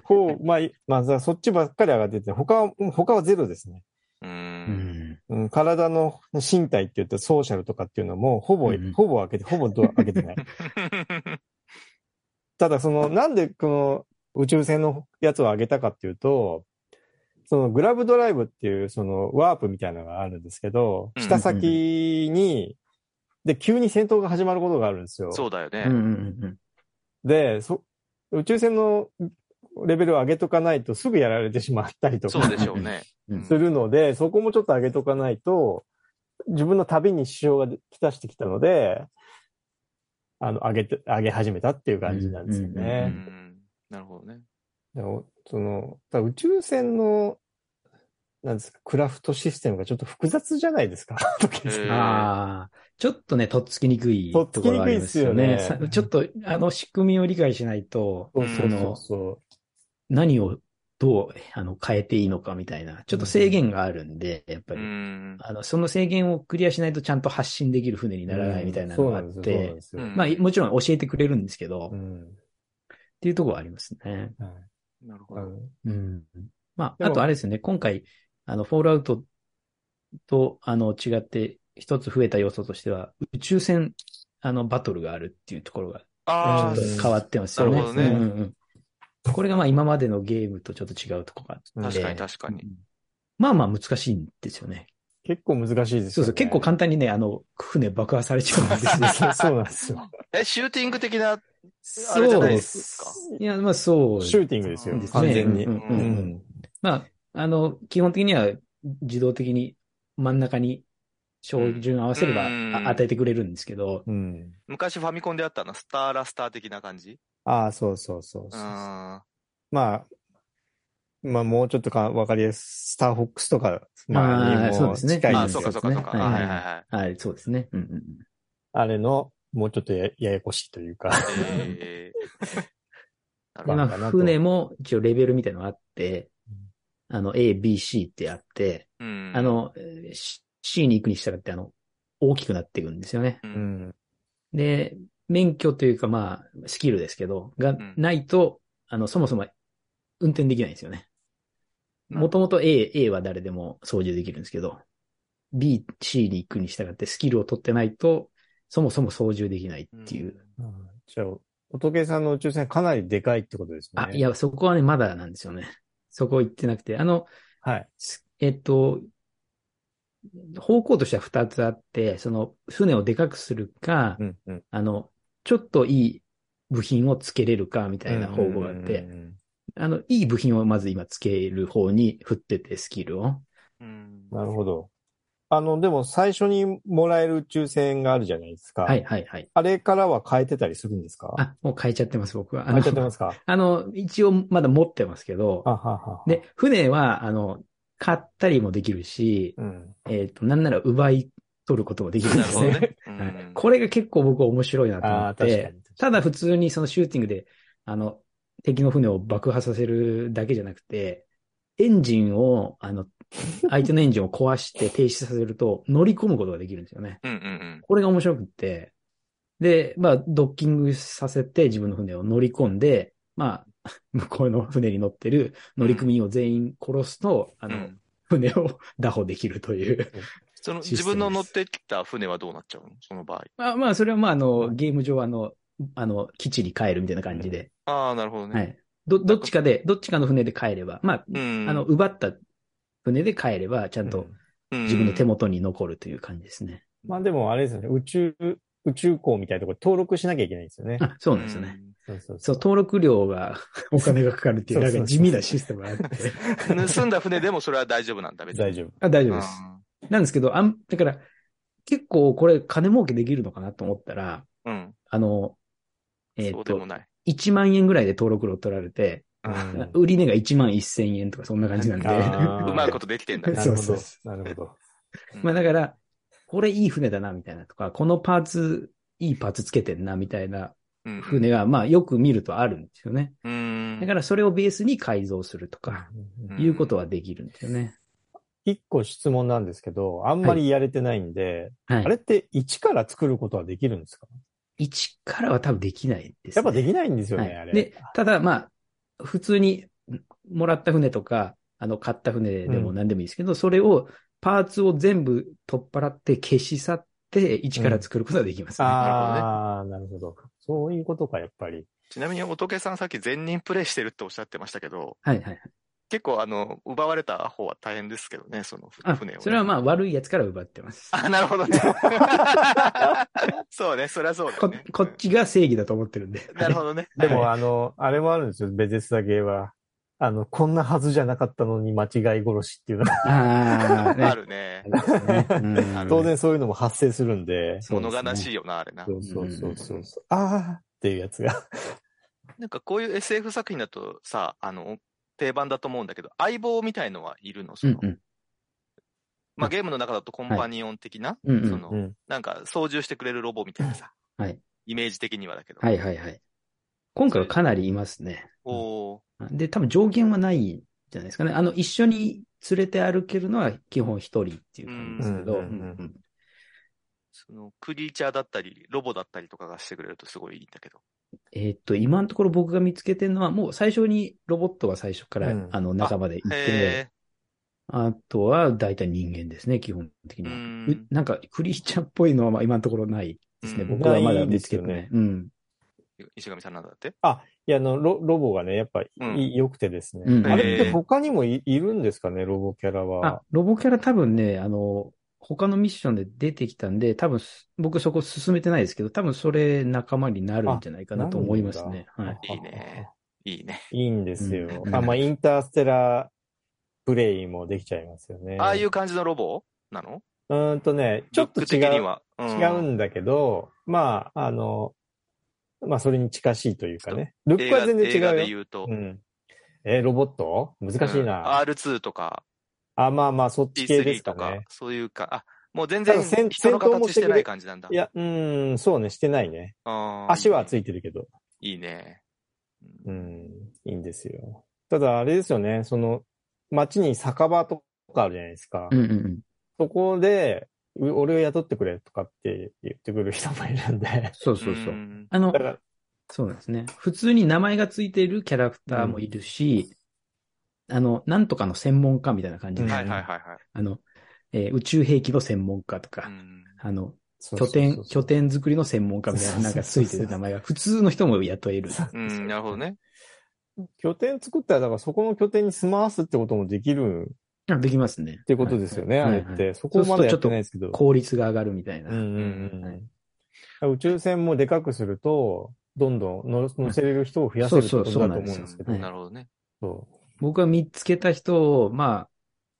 Speaker 2: 方、まあ、いまあさ、そっちばっかり上がってて、他は、他はゼロですね。
Speaker 1: う。
Speaker 3: うんん。
Speaker 2: うん、体の身体って言ってソーシャルとかっていうのも、ほぼ、
Speaker 3: うん
Speaker 2: ほぼ開けて、ほぼドア開けて ない。ただその、なんでこの宇宙船のやつを上げたかっていうと、そのグラブドライブっていう、そのワープみたいなのがあるんですけど、
Speaker 1: うん
Speaker 2: した先に、で、急に戦闘が始まることがあるんです よ。
Speaker 1: そうだよね。
Speaker 3: うんうん
Speaker 2: で、そ、宇宙船のレベルを上げとかないとすぐやられてしまったりと
Speaker 1: そう
Speaker 2: か
Speaker 1: でしょうね。
Speaker 3: うんうん
Speaker 2: するので、そこもちょっと上げとかないと、自分の旅に支障がきたしてきたので、あの、上げて、上げ始めたっていう感じなんですよ
Speaker 3: うん
Speaker 1: う
Speaker 2: ね。
Speaker 1: んなるほどね。
Speaker 2: でもその、ただ宇宙船の、なんですか、クラフトシステムがちょっと複雑じゃない ですか、時々
Speaker 1: へ
Speaker 3: うん。
Speaker 1: ー
Speaker 3: ああ、ちょっとね、とっつきにくい
Speaker 2: とっ
Speaker 3: と
Speaker 2: つき
Speaker 3: ころ
Speaker 2: に
Speaker 3: あ
Speaker 2: くい
Speaker 3: り
Speaker 2: っ
Speaker 3: ますす
Speaker 2: よ
Speaker 3: よ
Speaker 2: ね
Speaker 3: ね。さちょっと、あの、仕組みを理解しないと、
Speaker 2: そうそう
Speaker 1: う
Speaker 2: そ
Speaker 1: ん
Speaker 2: うそ
Speaker 3: 何をどうあの変えていいのかみたいな、ちょっと制限があるんで、やっぱ
Speaker 1: う
Speaker 3: り、
Speaker 1: ん。
Speaker 3: あの、その制限をクリアしないとちゃんと発信できる船に
Speaker 2: う。
Speaker 3: ならないみたいなのがあっ
Speaker 2: うんそうなん
Speaker 3: て、
Speaker 2: ですよ。そう
Speaker 1: う
Speaker 2: なん
Speaker 1: ん
Speaker 2: ですよ
Speaker 3: まあ、もちろん教えてくれるんですけど、
Speaker 2: う
Speaker 3: っ
Speaker 2: ん
Speaker 3: ていうところはありますね。
Speaker 2: はい
Speaker 1: なるほ
Speaker 2: あ
Speaker 1: ど。
Speaker 2: の
Speaker 3: うん。まあ、
Speaker 2: でも
Speaker 3: あとあれですよね、今回、あの、フォールアウトと、あの、違って、一つ増えた要素としては、宇宙船、あの、バトルがあるっていうところが、
Speaker 1: ああ
Speaker 3: ちょっと変わってますよね。
Speaker 1: なるほどね
Speaker 3: うんうんうんこれがまあ、今までのゲームとちょっと違うところがあって、
Speaker 1: 確
Speaker 2: うん
Speaker 1: かに確かに
Speaker 3: う。んまあまあ難しいんですよね。
Speaker 2: 結構難しいですよね。。
Speaker 3: そうそう、結構簡単にね、あの、船爆破されちゃうんです
Speaker 2: そ
Speaker 3: よ
Speaker 2: うそうなんですよ。
Speaker 1: え、シューティング的な、あ
Speaker 3: そ
Speaker 1: れじゃ
Speaker 3: う
Speaker 1: ないで
Speaker 3: です
Speaker 1: か
Speaker 3: す。いや、まあそう。
Speaker 2: シューティングですよ
Speaker 1: うん、
Speaker 2: 完全に。
Speaker 3: う
Speaker 2: うん
Speaker 3: うんうん
Speaker 2: ん
Speaker 3: まあ、あの、基本的には自動的に真ん中に照準合わせれば
Speaker 1: うん
Speaker 3: あ与えてくれるんですけど、
Speaker 2: うん。
Speaker 1: 昔ファミコンであったの、スターラスター的な感じ
Speaker 2: ああ、そうそうそう
Speaker 1: う
Speaker 2: そ
Speaker 1: ん。
Speaker 2: う。まあ、まあもうちょっとかわかりやすい、スターフォックスとか、
Speaker 3: あ
Speaker 2: ま
Speaker 3: ー
Speaker 2: あ、
Speaker 3: そうですね
Speaker 2: 近
Speaker 1: あ
Speaker 2: い
Speaker 1: あ、
Speaker 2: です
Speaker 1: そう
Speaker 2: よ
Speaker 1: かそうかそうか。
Speaker 3: そうですね
Speaker 1: はいは
Speaker 3: は
Speaker 1: いいはい。
Speaker 3: はい、そうですね。うんうんうん
Speaker 2: あれの、もうちょっとやややこしいというか。
Speaker 1: え ーなる
Speaker 3: でまあ、
Speaker 2: バカなと
Speaker 3: 船も一応レベルみたいなのがあって、あの、A、B、C ってあって、
Speaker 1: ほどうん
Speaker 3: あ、の、えー C- C に行くに従って、あの、大きくなっていくんですよね。
Speaker 1: う
Speaker 2: うんん。
Speaker 3: で、免許というか、まあ、スキルですけど、が
Speaker 1: ん
Speaker 3: ないと、あの、そもそも運転できないんですよね。
Speaker 1: な
Speaker 3: もともと A、A は誰でも操縦できるんですけど、B、C に行くに従ってスキルを取ってないと、そもそも操縦できないっていう。
Speaker 2: うんじゃあ、仏さんの宇宙船かなりでかいってことですね。
Speaker 3: あ、い。や、そこはね、まだなんですよね。そこ行ってなくて、あの、
Speaker 2: はい。
Speaker 3: すえっと、方向としては2つあって、その、船をでかくするか、
Speaker 2: うんうん。
Speaker 3: あの、ちょっといい部品をつけれるか、みたいな方法があって、
Speaker 2: うんうんうん
Speaker 3: あの、いい部品をまず今つける方に振ってて、スキルを。
Speaker 1: うん
Speaker 2: なるほど。あの、でも最初にもらえる宇宙船があるじゃないですか。
Speaker 3: はい。はいはい。
Speaker 2: あれからは変えてたりするんですか
Speaker 3: あ、もう変えちゃってます、僕は。あ
Speaker 2: 変
Speaker 3: の
Speaker 2: えちゃってますか
Speaker 3: あの、一応まだ持ってますけど
Speaker 2: あ、はは。
Speaker 3: で、船は、あの、買ったりもできるし、
Speaker 2: うん。
Speaker 3: えっ、と、なんなら奪い取ることもできるんで
Speaker 1: なる
Speaker 3: す
Speaker 1: ほど
Speaker 3: ね。
Speaker 1: ね。う
Speaker 3: はい
Speaker 1: ん
Speaker 3: これが結構僕は面白いなと思
Speaker 2: あ
Speaker 3: っ
Speaker 2: あ、確かに
Speaker 3: て、。ただ普通にそのシューティングで、あの、敵の船を爆破させるだけじゃなくて、エンジンを、あの、相手のエンジンを壊して停止させると乗り込むことができるんですよね。
Speaker 1: うんうん
Speaker 3: これが面白くって、で、まあ、ドッキングさせて自分の船を乗り込んで、まあ、 向こうの船に乗ってる乗組員を全員殺すと、あ
Speaker 1: うんう
Speaker 3: の、
Speaker 1: ん。
Speaker 3: 船を 拿捕できるという。
Speaker 1: その
Speaker 3: システム
Speaker 1: 自分の乗ってきた船はどうなっちゃうのその場合。
Speaker 3: まあ、まあ、それはまあ、あの、ゲーム上はあの、あの、基地に帰るみたいな感じで、
Speaker 1: ああ、なるほどね。
Speaker 3: はい。ど、どっちかで、どっちかの船で帰れば、まあ、
Speaker 1: うん。
Speaker 3: あの、奪った船で帰れば、ちゃんと
Speaker 1: うん、
Speaker 3: 自分の手元に残るという感じですね。
Speaker 2: まあでもあれですよね、宇宙、宇宙港みたいなところに登録しなきゃいけないんですよね。
Speaker 3: あ、そうなんですよね。
Speaker 2: そうそう
Speaker 3: そう、登録料が お金がかかるっていう、
Speaker 2: そ
Speaker 3: な
Speaker 2: うんそうそう
Speaker 3: か地味なシステムがあって。
Speaker 1: うん盗んだ船でもそれは大丈夫なんだ、別に。
Speaker 2: 大丈夫。
Speaker 3: あ大丈
Speaker 1: 夫
Speaker 3: 夫です。なんですけど、あん、だから、結構これ金儲けできるのかなと思ったら、
Speaker 1: うん。
Speaker 3: あの、えっ、
Speaker 1: そうでも
Speaker 3: と、
Speaker 1: ない。
Speaker 3: 1万円ぐらいで登録料取られて、
Speaker 2: うん
Speaker 3: 売り値が1万1000円とかそんな感じなんで。
Speaker 2: あー
Speaker 1: うまいことできてん だね。
Speaker 2: な
Speaker 3: そ
Speaker 2: る
Speaker 3: う
Speaker 2: ほ
Speaker 3: そう
Speaker 2: ど。なるほど。
Speaker 1: うん
Speaker 3: まあだから、これいい船だなみたいなとか、このパーツ、いいパーツつけてんなみたいな
Speaker 1: うん
Speaker 3: 船が、まあよく見るとあるんですよね。
Speaker 1: うん。
Speaker 3: だからそれをベースに改造するとか、
Speaker 2: うん
Speaker 1: うん
Speaker 3: いうことはできるんですよね。
Speaker 2: 一個質問なんですけど、あんまりやれてないんで、
Speaker 3: はい。
Speaker 2: あれって一から作ることはできるんですか
Speaker 3: 一からは多分できないです、
Speaker 2: やっぱで
Speaker 3: き
Speaker 2: きないんですよ
Speaker 3: な
Speaker 2: ね、
Speaker 3: い、
Speaker 2: あ
Speaker 3: はい。
Speaker 2: れ。
Speaker 3: で、ただまあ、普通にもらった船とか、あの、買った船でも
Speaker 2: うん
Speaker 3: 何でもいいですけど、それを、パーツを全部取っ払って消し去って、一から作ることはできますね。
Speaker 2: ああ、なるほど。そういうことか、やっぱり。
Speaker 1: ちなみに、おとけさんさっき全人プレイしてるっておっしゃってましたけど、
Speaker 3: はいはいはい。
Speaker 1: 結構あの、奪われた方は大変ですけどね、その
Speaker 3: あ
Speaker 1: 船をね、、
Speaker 3: それはまあ悪いやつから奪ってます。
Speaker 1: あ、なるほどね。そうね、そりゃそうだよ
Speaker 3: こ
Speaker 1: ね。
Speaker 3: こっちが正義だと思ってるんで。
Speaker 1: なるほどね。
Speaker 2: でも、
Speaker 1: はい
Speaker 2: あの、あれもあるんですよ、ベゼスダゲーは。あの、こんなはずじゃなかったのに間違い殺しっていうのは、
Speaker 3: ああ、ね
Speaker 1: あるね。
Speaker 3: う ん
Speaker 2: 当然そういうのも発生するんで。
Speaker 3: そうで
Speaker 1: 物
Speaker 3: すね
Speaker 1: 悲しいよな、あれな
Speaker 2: そ。うそうそうそうそう。あーっていうやつが。
Speaker 1: なんかこういう SF 作品だとさ、あの、定番だと思うんだけど、相棒みたいのはいるの、そ
Speaker 3: うん
Speaker 1: の、
Speaker 3: うん
Speaker 1: まあゲームの中だとコンパニオン的な、
Speaker 3: うんう
Speaker 1: そ
Speaker 3: ん。
Speaker 1: の、
Speaker 2: うん。
Speaker 1: なんか操縦してくれるロボみたいなさ、
Speaker 3: はい
Speaker 1: イメージ的にはだけど、
Speaker 3: はいはいはい。今回はかなりいますね。
Speaker 1: おー
Speaker 3: で、多分上限はないんじゃないですかね。あの、一緒に連れて歩けるのは基本一人っていう感じですけど、
Speaker 2: うんうんうん
Speaker 1: そのクリーチャーだったり、ロボだったりとかがしてくれるとすごいいいんだけど。
Speaker 3: えーっと、今のところ僕が見つけてるのは、もう最初にロボットが最初から、
Speaker 2: うん
Speaker 3: あの、中まで行って、
Speaker 1: へ
Speaker 3: あとは大体人間ですね、基本的
Speaker 1: え。
Speaker 3: に
Speaker 1: う。
Speaker 3: は。うんなんか、クリーチャーっぽいのはまあ今のところないですね。
Speaker 1: うん
Speaker 3: 僕はまだ見つけてない。
Speaker 2: ないで
Speaker 3: うん。
Speaker 1: 石上さんなんだって
Speaker 2: いや、あの、ロロボがね、やっぱい
Speaker 1: うん
Speaker 2: い良くてですね。
Speaker 3: うん
Speaker 2: あれっ
Speaker 1: え
Speaker 2: て
Speaker 1: ー
Speaker 2: 他にもいいるんですかね、ロボキャラ
Speaker 3: あ
Speaker 2: は。、
Speaker 3: ロボキャラ多分ね、あの、他のミッションで出てきたんで、多分す僕そこ進めてないですけど、多分それ仲間になるんじゃないかなと思いますね。
Speaker 2: な
Speaker 3: は
Speaker 2: るん
Speaker 3: い
Speaker 2: だ。
Speaker 1: いいね。いいね。
Speaker 2: いいんですよ。
Speaker 3: うん
Speaker 2: あ、まあ、インターステラープレイもできちゃいますよね。
Speaker 1: ああいう感じのロボなの
Speaker 2: うーんとね、ちょっと
Speaker 1: ルック
Speaker 2: 違
Speaker 1: 的に
Speaker 2: う、
Speaker 1: は。
Speaker 2: 違うんだけど、まあ、あの、まあ、それに近しいというかね。ルッ
Speaker 1: 映
Speaker 2: ク
Speaker 1: 画
Speaker 2: は全然
Speaker 1: 映画で
Speaker 2: 違うよ。
Speaker 1: 言うと
Speaker 2: う。ん。えーロボット難しいな。
Speaker 1: R2 とか、
Speaker 2: あ、まあまあ、そっち系で
Speaker 1: T3
Speaker 2: すか
Speaker 1: とか、
Speaker 2: ね。
Speaker 1: そういうか、あ、もう全
Speaker 2: た
Speaker 1: 然
Speaker 2: だ戦
Speaker 1: 人の
Speaker 2: 戦闘も
Speaker 1: 形して
Speaker 2: してく
Speaker 1: な
Speaker 2: れ
Speaker 1: い感じなんだ。
Speaker 2: いや、うーん、そうね、してないね。
Speaker 1: あー
Speaker 2: 足はついてるけど。
Speaker 1: いいね。
Speaker 2: うん、いいんですよ。ただ、あれですよね、その、街に酒場とかあるじゃないですか。
Speaker 3: うんうんうん。
Speaker 2: そこで、う俺を雇ってくれとかって言ってくる人もいるんで。
Speaker 3: そうそうそうう。
Speaker 1: ん
Speaker 3: あの
Speaker 2: だか、ら、
Speaker 3: そうなんですね。普通に名前がついているキャラクターもいるし、あの、なんとかの専門家みたいな感じで、
Speaker 2: うん
Speaker 1: はいはいはいは
Speaker 3: あの、えー宇宙兵器の専門家とか、
Speaker 1: い。うん
Speaker 3: あの、
Speaker 2: そうそ
Speaker 3: 拠
Speaker 2: うそうそう
Speaker 3: 点、拠。点作りの専門家みたいな、なんかついてる名前が、普通の人も雇える。
Speaker 1: うん、なるほどね。
Speaker 2: 拠点作ったら、だからそこの拠点に住まわすってこともできる
Speaker 3: あできますね。
Speaker 2: ってことですよね、
Speaker 3: はい
Speaker 2: あれって。そこまでやってないですけど。
Speaker 3: 効率が上がるみたいな。
Speaker 2: うんうんうん
Speaker 3: はい
Speaker 2: 宇宙船もでかくすると、どんどん乗乗せれる人を増やせるってことだと思うんですけど。
Speaker 3: そうそうそう
Speaker 2: そ
Speaker 1: なるほどね。
Speaker 2: う
Speaker 3: 僕は見つけた人を、まあ、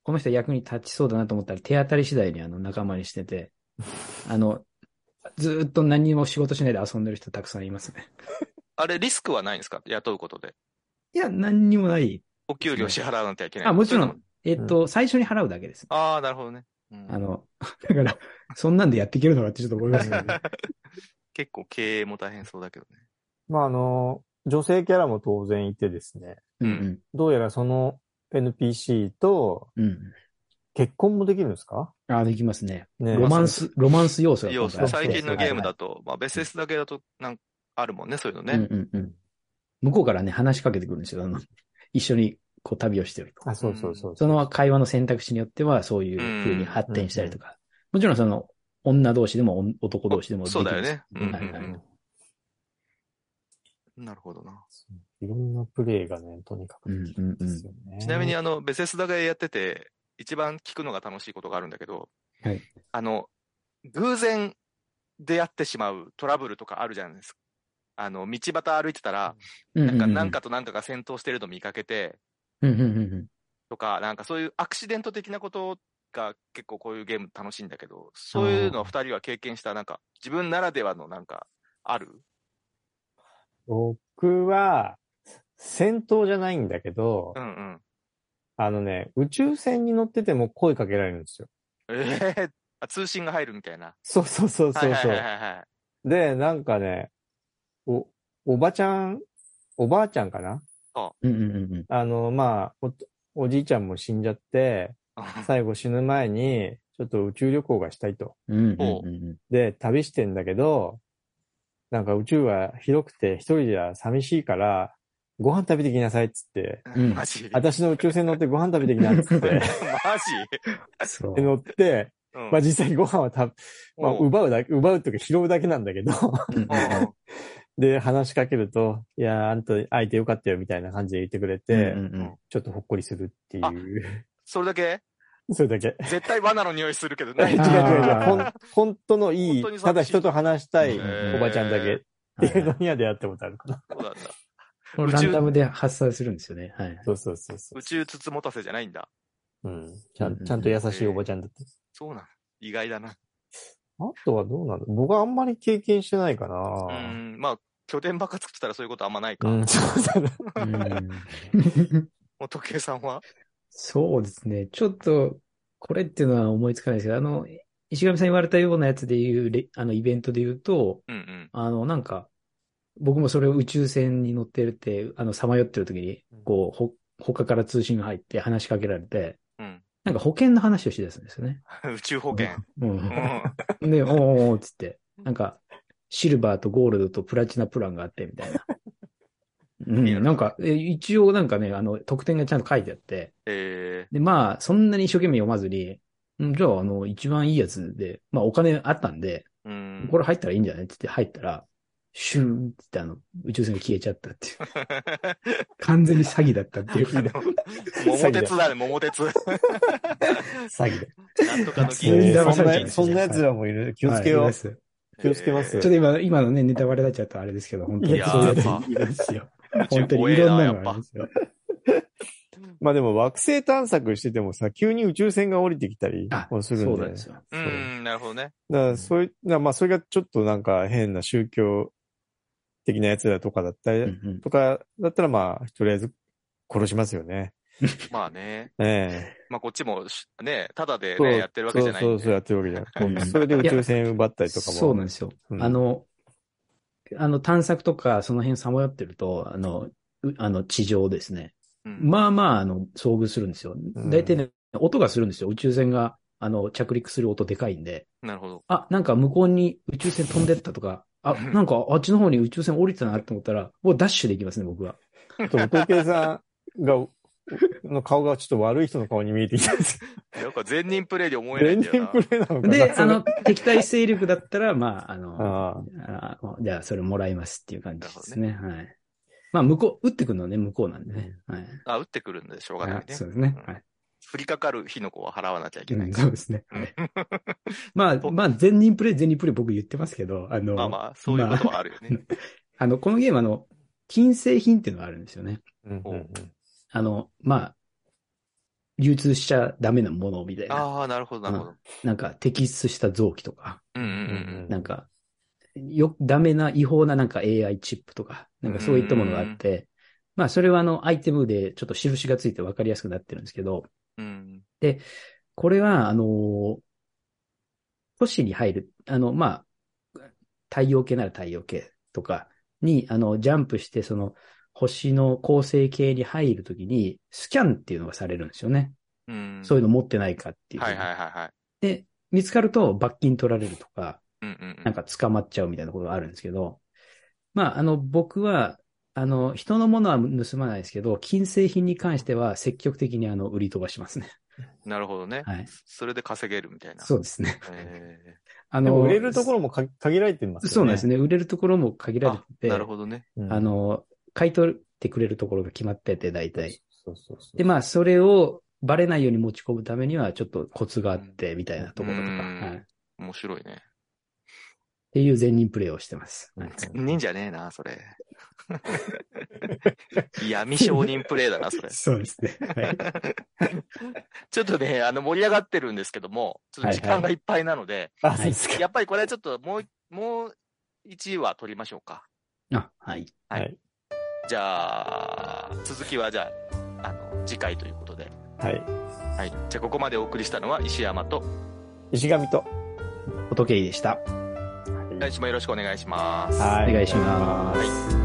Speaker 3: この人役に立ちそうだなと思ったら手当たり次第にあの仲間にして て、あの、ずーっと何も仕事しないで遊んでる人たくさんいますね。
Speaker 1: あれ、リスクはないんですか雇うことで。
Speaker 3: いや、何にもない。
Speaker 1: お給料支払わなきゃいけない。
Speaker 3: あ、もちろ。、
Speaker 1: そういうん
Speaker 3: えっと、最初に払うだけです。
Speaker 1: ああ、なるほどね。うん
Speaker 3: あの、だから、そんなんでやっていけるのかってちょっと思いますけど ね。
Speaker 1: 結構経営も大変そうだけどね。
Speaker 2: まあ、あの、女性キャラも当然いてですね。
Speaker 3: うん
Speaker 2: どうやらその NPC と
Speaker 3: うん。うん。
Speaker 2: 結婚もできるんですか
Speaker 3: あ、できますね。
Speaker 2: ね
Speaker 3: ロマンス、ロマンス要素が
Speaker 1: 要
Speaker 3: 今回
Speaker 1: 素、
Speaker 3: は。
Speaker 1: 最近のゲームだ
Speaker 3: と
Speaker 1: と、まあ、ベセスだけだと、なんか、あるもんね、そういうの
Speaker 3: ね。うん
Speaker 1: ね。
Speaker 3: うんうん。向こうからね、話しかけてくるんですよ。あの、一緒にこう旅をしてると。
Speaker 2: あ、そうそうそう。
Speaker 3: その会話の選択肢によっては、そういう風に発展したりとか。もちろんその、女同士でもおん男同士でもでき
Speaker 1: そう
Speaker 3: ます
Speaker 1: だよね。うんうんう
Speaker 3: はいはい
Speaker 1: ん。なるほどな。
Speaker 2: いろんなプレイがね、とにかくできるんですよね。
Speaker 1: ちなみに、あの、ベセスダがやってて、一番聞くのが楽しいことがあるんだけど、
Speaker 3: はい
Speaker 1: あの、偶然出会ってしまうトラブルとかあるじゃないですか。あの、道端歩いてたら、
Speaker 3: うんう
Speaker 1: なん
Speaker 3: んう
Speaker 1: か、
Speaker 3: ん
Speaker 1: なんかとなんかが戦闘してるの見かけて、
Speaker 3: うんうんうん
Speaker 1: とか、なんかそういうアクシデント的なことが結構こういうゲーム楽しいんだけど、そういうのを二人は経験した、なんか、自分ならではのなんか、ある
Speaker 2: 僕は、戦闘じゃないんだけど、
Speaker 1: うんうん。
Speaker 2: あのね、宇宙船に乗ってても声かけられるんですよ。
Speaker 1: ええあ通信が入るみたいな。
Speaker 2: そうそうそうそうそう、
Speaker 1: はいはいはいはい。
Speaker 2: で、なんかね、お、おばちゃん、おばあちゃんかな
Speaker 3: うんうんうんうん
Speaker 2: あの、まあお、おじいちゃんも死んじゃって、最後死ぬ前に、ちょっと宇宙旅行がしたいと。
Speaker 3: うんうんうん
Speaker 2: で、旅してんだけど、なんか宇宙は広くて一人じゃ寂しいから、ご飯食べてきなさいっつって、
Speaker 3: うん
Speaker 1: マジ
Speaker 2: 私の宇宙船乗って ご飯食べてきなっつっ て
Speaker 1: マ、ジ
Speaker 3: うん。そう
Speaker 2: で。乗って、
Speaker 1: うん
Speaker 2: まあ実際ご飯はた、まあ
Speaker 1: おう
Speaker 2: 奪うだけ、奪うというか拾うだけなんだけど、
Speaker 3: うんうんうん
Speaker 1: おう
Speaker 2: で、話しかけると、いやー、あんた会えてよかったよみたいな感じで言ってくれて、
Speaker 3: うんうんうん
Speaker 2: ちょっとほっこりするっていう。
Speaker 1: それだけ
Speaker 2: それだけ。
Speaker 1: 絶対罠の匂いするけど
Speaker 2: 違う
Speaker 1: ね。
Speaker 2: 違う違う。
Speaker 3: あー
Speaker 2: ほん本当のいい
Speaker 1: 本当に寂しい、
Speaker 2: ただ人と話したい
Speaker 3: へー
Speaker 2: おばちゃんだけっていうのには出会ったことあるかな。
Speaker 1: そうなんだ
Speaker 3: これランダムで発散するんですよね。はい。
Speaker 2: そうそうそうそう
Speaker 1: 宇。宙つつもたせじゃないんだ。
Speaker 2: うんちゃん。ちゃんと優しいおばちゃんだった。
Speaker 1: そうなの。意外だな。
Speaker 2: あとはどうなの僕はあんまり経験してないか
Speaker 1: う
Speaker 2: な。
Speaker 1: ん。まあ、拠点ばっか作ってたらそういうことあんまないか。
Speaker 2: うん、そうだな。
Speaker 3: うん
Speaker 1: お時計さんは
Speaker 3: そうですね。ちょっと、これっていうのは思いつかないですけど、あの、石上さん言われたようなやつで言うレ、あの、イベントで言うと、
Speaker 1: うんうん。
Speaker 3: あの、なんか、僕もそれを宇宙船に乗ってるって、あの、さまよってる時に、こう、ほ、他から通信が入って話しかけられて、
Speaker 1: うん
Speaker 3: なんか保険の話をしだすんですよね。
Speaker 1: 宇宙保険。う
Speaker 3: う。
Speaker 1: んん。
Speaker 3: で、おーおーおーっ つって、なんか、シルバーとゴールドとプラチナプランがあって、みたいな。う、
Speaker 1: いいなん
Speaker 3: なんか、え一応なんかね、あの、特典がちゃんと書いてあって、
Speaker 1: え
Speaker 3: で、まあ、そんなに一生懸命読まずに、んじゃあ、あの、一番いいやつで、まあ、お金あったんで、
Speaker 1: ー、うん。
Speaker 3: これ入ったらいいんじゃないって言って入ったら、シューンって言ってあの、宇宙船が消えちゃったっていう。完全に詐欺だったって いう。
Speaker 1: 桃鉄だね、桃 鉄。
Speaker 2: 詐欺だ。
Speaker 1: なんとかの
Speaker 3: 全
Speaker 1: 銀
Speaker 3: 然騙
Speaker 2: そん
Speaker 3: されちゃい
Speaker 2: な、
Speaker 3: ます
Speaker 2: そんな奴らもいる。気をつけよ
Speaker 3: はいうい。ます
Speaker 2: 気をつけます
Speaker 3: ちょっと今、今のね、ネタバレになっちゃったあれですけど、本当に。
Speaker 2: いや
Speaker 3: そういうや
Speaker 1: や
Speaker 3: つ
Speaker 1: っぱ
Speaker 3: いるんですよ。
Speaker 1: 宇
Speaker 3: 本当
Speaker 1: 宙
Speaker 3: に
Speaker 1: 怖
Speaker 3: い
Speaker 1: え
Speaker 3: ろん
Speaker 1: な、
Speaker 3: な
Speaker 1: や
Speaker 3: の
Speaker 1: っ
Speaker 3: が
Speaker 1: ぱ
Speaker 3: あるん。ですよ。
Speaker 2: まあでも惑星探索しててもさ、急に宇宙船が降りてきたり
Speaker 3: あ、
Speaker 2: もするんで。
Speaker 3: そうなんですよ。
Speaker 1: う、
Speaker 2: そうん
Speaker 1: なるほどね。
Speaker 2: だからそういう、なまあそれがちょっとなんか変な宗教的なやつだとかだったり、
Speaker 3: うんうん
Speaker 2: とかだったらまあ、とりあえず殺しますよね。
Speaker 1: まあね。
Speaker 2: え
Speaker 1: まあこっちもし、ね、ただで
Speaker 2: え。
Speaker 1: ね、やってるわけじゃないん
Speaker 2: そう
Speaker 1: で。
Speaker 2: そうそうやってるわけじゃ
Speaker 3: う
Speaker 2: なんい。それで宇宙船奪ったりとかも。
Speaker 3: そうなんですよ。
Speaker 2: うん
Speaker 3: あの、あの探索とかその辺さまよってると、あの、うあの地上ですね。
Speaker 1: うん
Speaker 3: まあまあ、あの、遭遇するんですよ。
Speaker 2: ん
Speaker 3: 大体ね、音がするんですよ。宇宙船が、あの、着陸する音でかいんで。
Speaker 1: なるほど。
Speaker 3: あ、なんか向こうに宇宙船飛んでったとか、あ、
Speaker 1: うん
Speaker 3: なんかあっちの方に宇宙船降りてたなって思ったら、もうダッシュできますね、僕は。
Speaker 2: ちょっとお父計さんが、の顔がちょっと悪い人の顔に見えてきたんです。
Speaker 1: なんか全人プレイで思えないん
Speaker 2: 全
Speaker 1: だよ
Speaker 2: 然
Speaker 1: な。
Speaker 2: プレイなのかな
Speaker 3: で、あ、
Speaker 2: そ
Speaker 3: の、敵対勢力だったら、まあ、あの
Speaker 2: れ、あ
Speaker 3: あじゃあ、それもらいますっていう感じですね。はい。まあ、向こう、打ってくるのはね、向こうなんでね。はい。
Speaker 1: あ、打ってくるんでしょうがない
Speaker 3: あ
Speaker 1: ね
Speaker 3: そ。うですね。
Speaker 1: うん
Speaker 3: はい。
Speaker 1: 降りかかる火の粉は払わなきゃいけない。
Speaker 3: そうですね。 はい
Speaker 1: うん
Speaker 3: まあ、まあ、全人プレイ、全人プレイ僕言ってますけど、あの、
Speaker 1: まあまあ、そういうことはあるよね。
Speaker 3: あの、このゲーム、あの、金製品っていうのがあるんですよね。
Speaker 2: あうんうんうん
Speaker 3: あの、まあ、流通しちゃダメなものみたいな。
Speaker 1: ああ、なるほど、なるほど。
Speaker 3: なんか、摘出した臓器とか、
Speaker 1: うんうん
Speaker 2: うん
Speaker 3: なんか、よ、ダメな、違法ななんか AI チップとか、なんかそういったものがあって、まあ、それはあの、アイテムでちょっと印がついて分かりやすくなってるんですけど、
Speaker 1: うん。うん。
Speaker 3: これは、あのー都市に入る、あの、まあ、太陽系なら太陽系とかに、あの、ジャンプして、その、星の恒星系に入るときに、スキャンっていうのがされるんですよね。
Speaker 1: うん。
Speaker 3: そういうの持ってないかっていう。
Speaker 1: はいはいはいはい。
Speaker 3: で、見つかると罰金取られるとか、
Speaker 1: うんうんうん。
Speaker 3: なんか捕まっちゃうみたいなことがあるんですけど、まあ、あの、僕は、あの、人のものは盗まないですけど、金製品に関しては積極的にあの、売り飛ばしますね。
Speaker 1: なるほどね。
Speaker 3: はい。
Speaker 1: それで稼げるみたいな。。
Speaker 3: そううですね。
Speaker 1: え
Speaker 3: あ
Speaker 2: でも
Speaker 3: の、
Speaker 2: 売れるところもか限られてますよね。
Speaker 3: そうなんです
Speaker 2: ね。
Speaker 3: ね。売れるところも限
Speaker 1: ー
Speaker 3: られ
Speaker 1: あ
Speaker 3: てて、
Speaker 1: なるほどね。
Speaker 3: あ、の、買い取ってくれるところが決まってて、大体。
Speaker 2: そうそうそう。
Speaker 3: で、まあ、それをバレないように持ち込むためには、ちょっとコツがあって、みたいなところとか、
Speaker 1: うん
Speaker 3: はい。っ
Speaker 1: 面白いね。
Speaker 3: ていう善人プレイをしてます。はい
Speaker 1: 忍じゃねえな、そ れ。闇商人プレイだな、それ。
Speaker 3: そうですね。はい。
Speaker 1: ちょっとね、あの、盛り上がってるんですけども、ちょっと時間がいっぱいなので、
Speaker 2: あ、そうですか。
Speaker 1: やっぱりこれはちょっともう、もう1話取りましょうか。
Speaker 3: あ、はい。
Speaker 2: はい。
Speaker 1: じゃあ、続きはじゃあ、あの、次回ということで。
Speaker 2: はい。
Speaker 1: はい。じゃあ、ここまでお送りしたのは石山と、
Speaker 2: 石神と。
Speaker 3: 仏でした。
Speaker 1: 来週もよろしくお願いします。
Speaker 3: お願いします。
Speaker 1: はい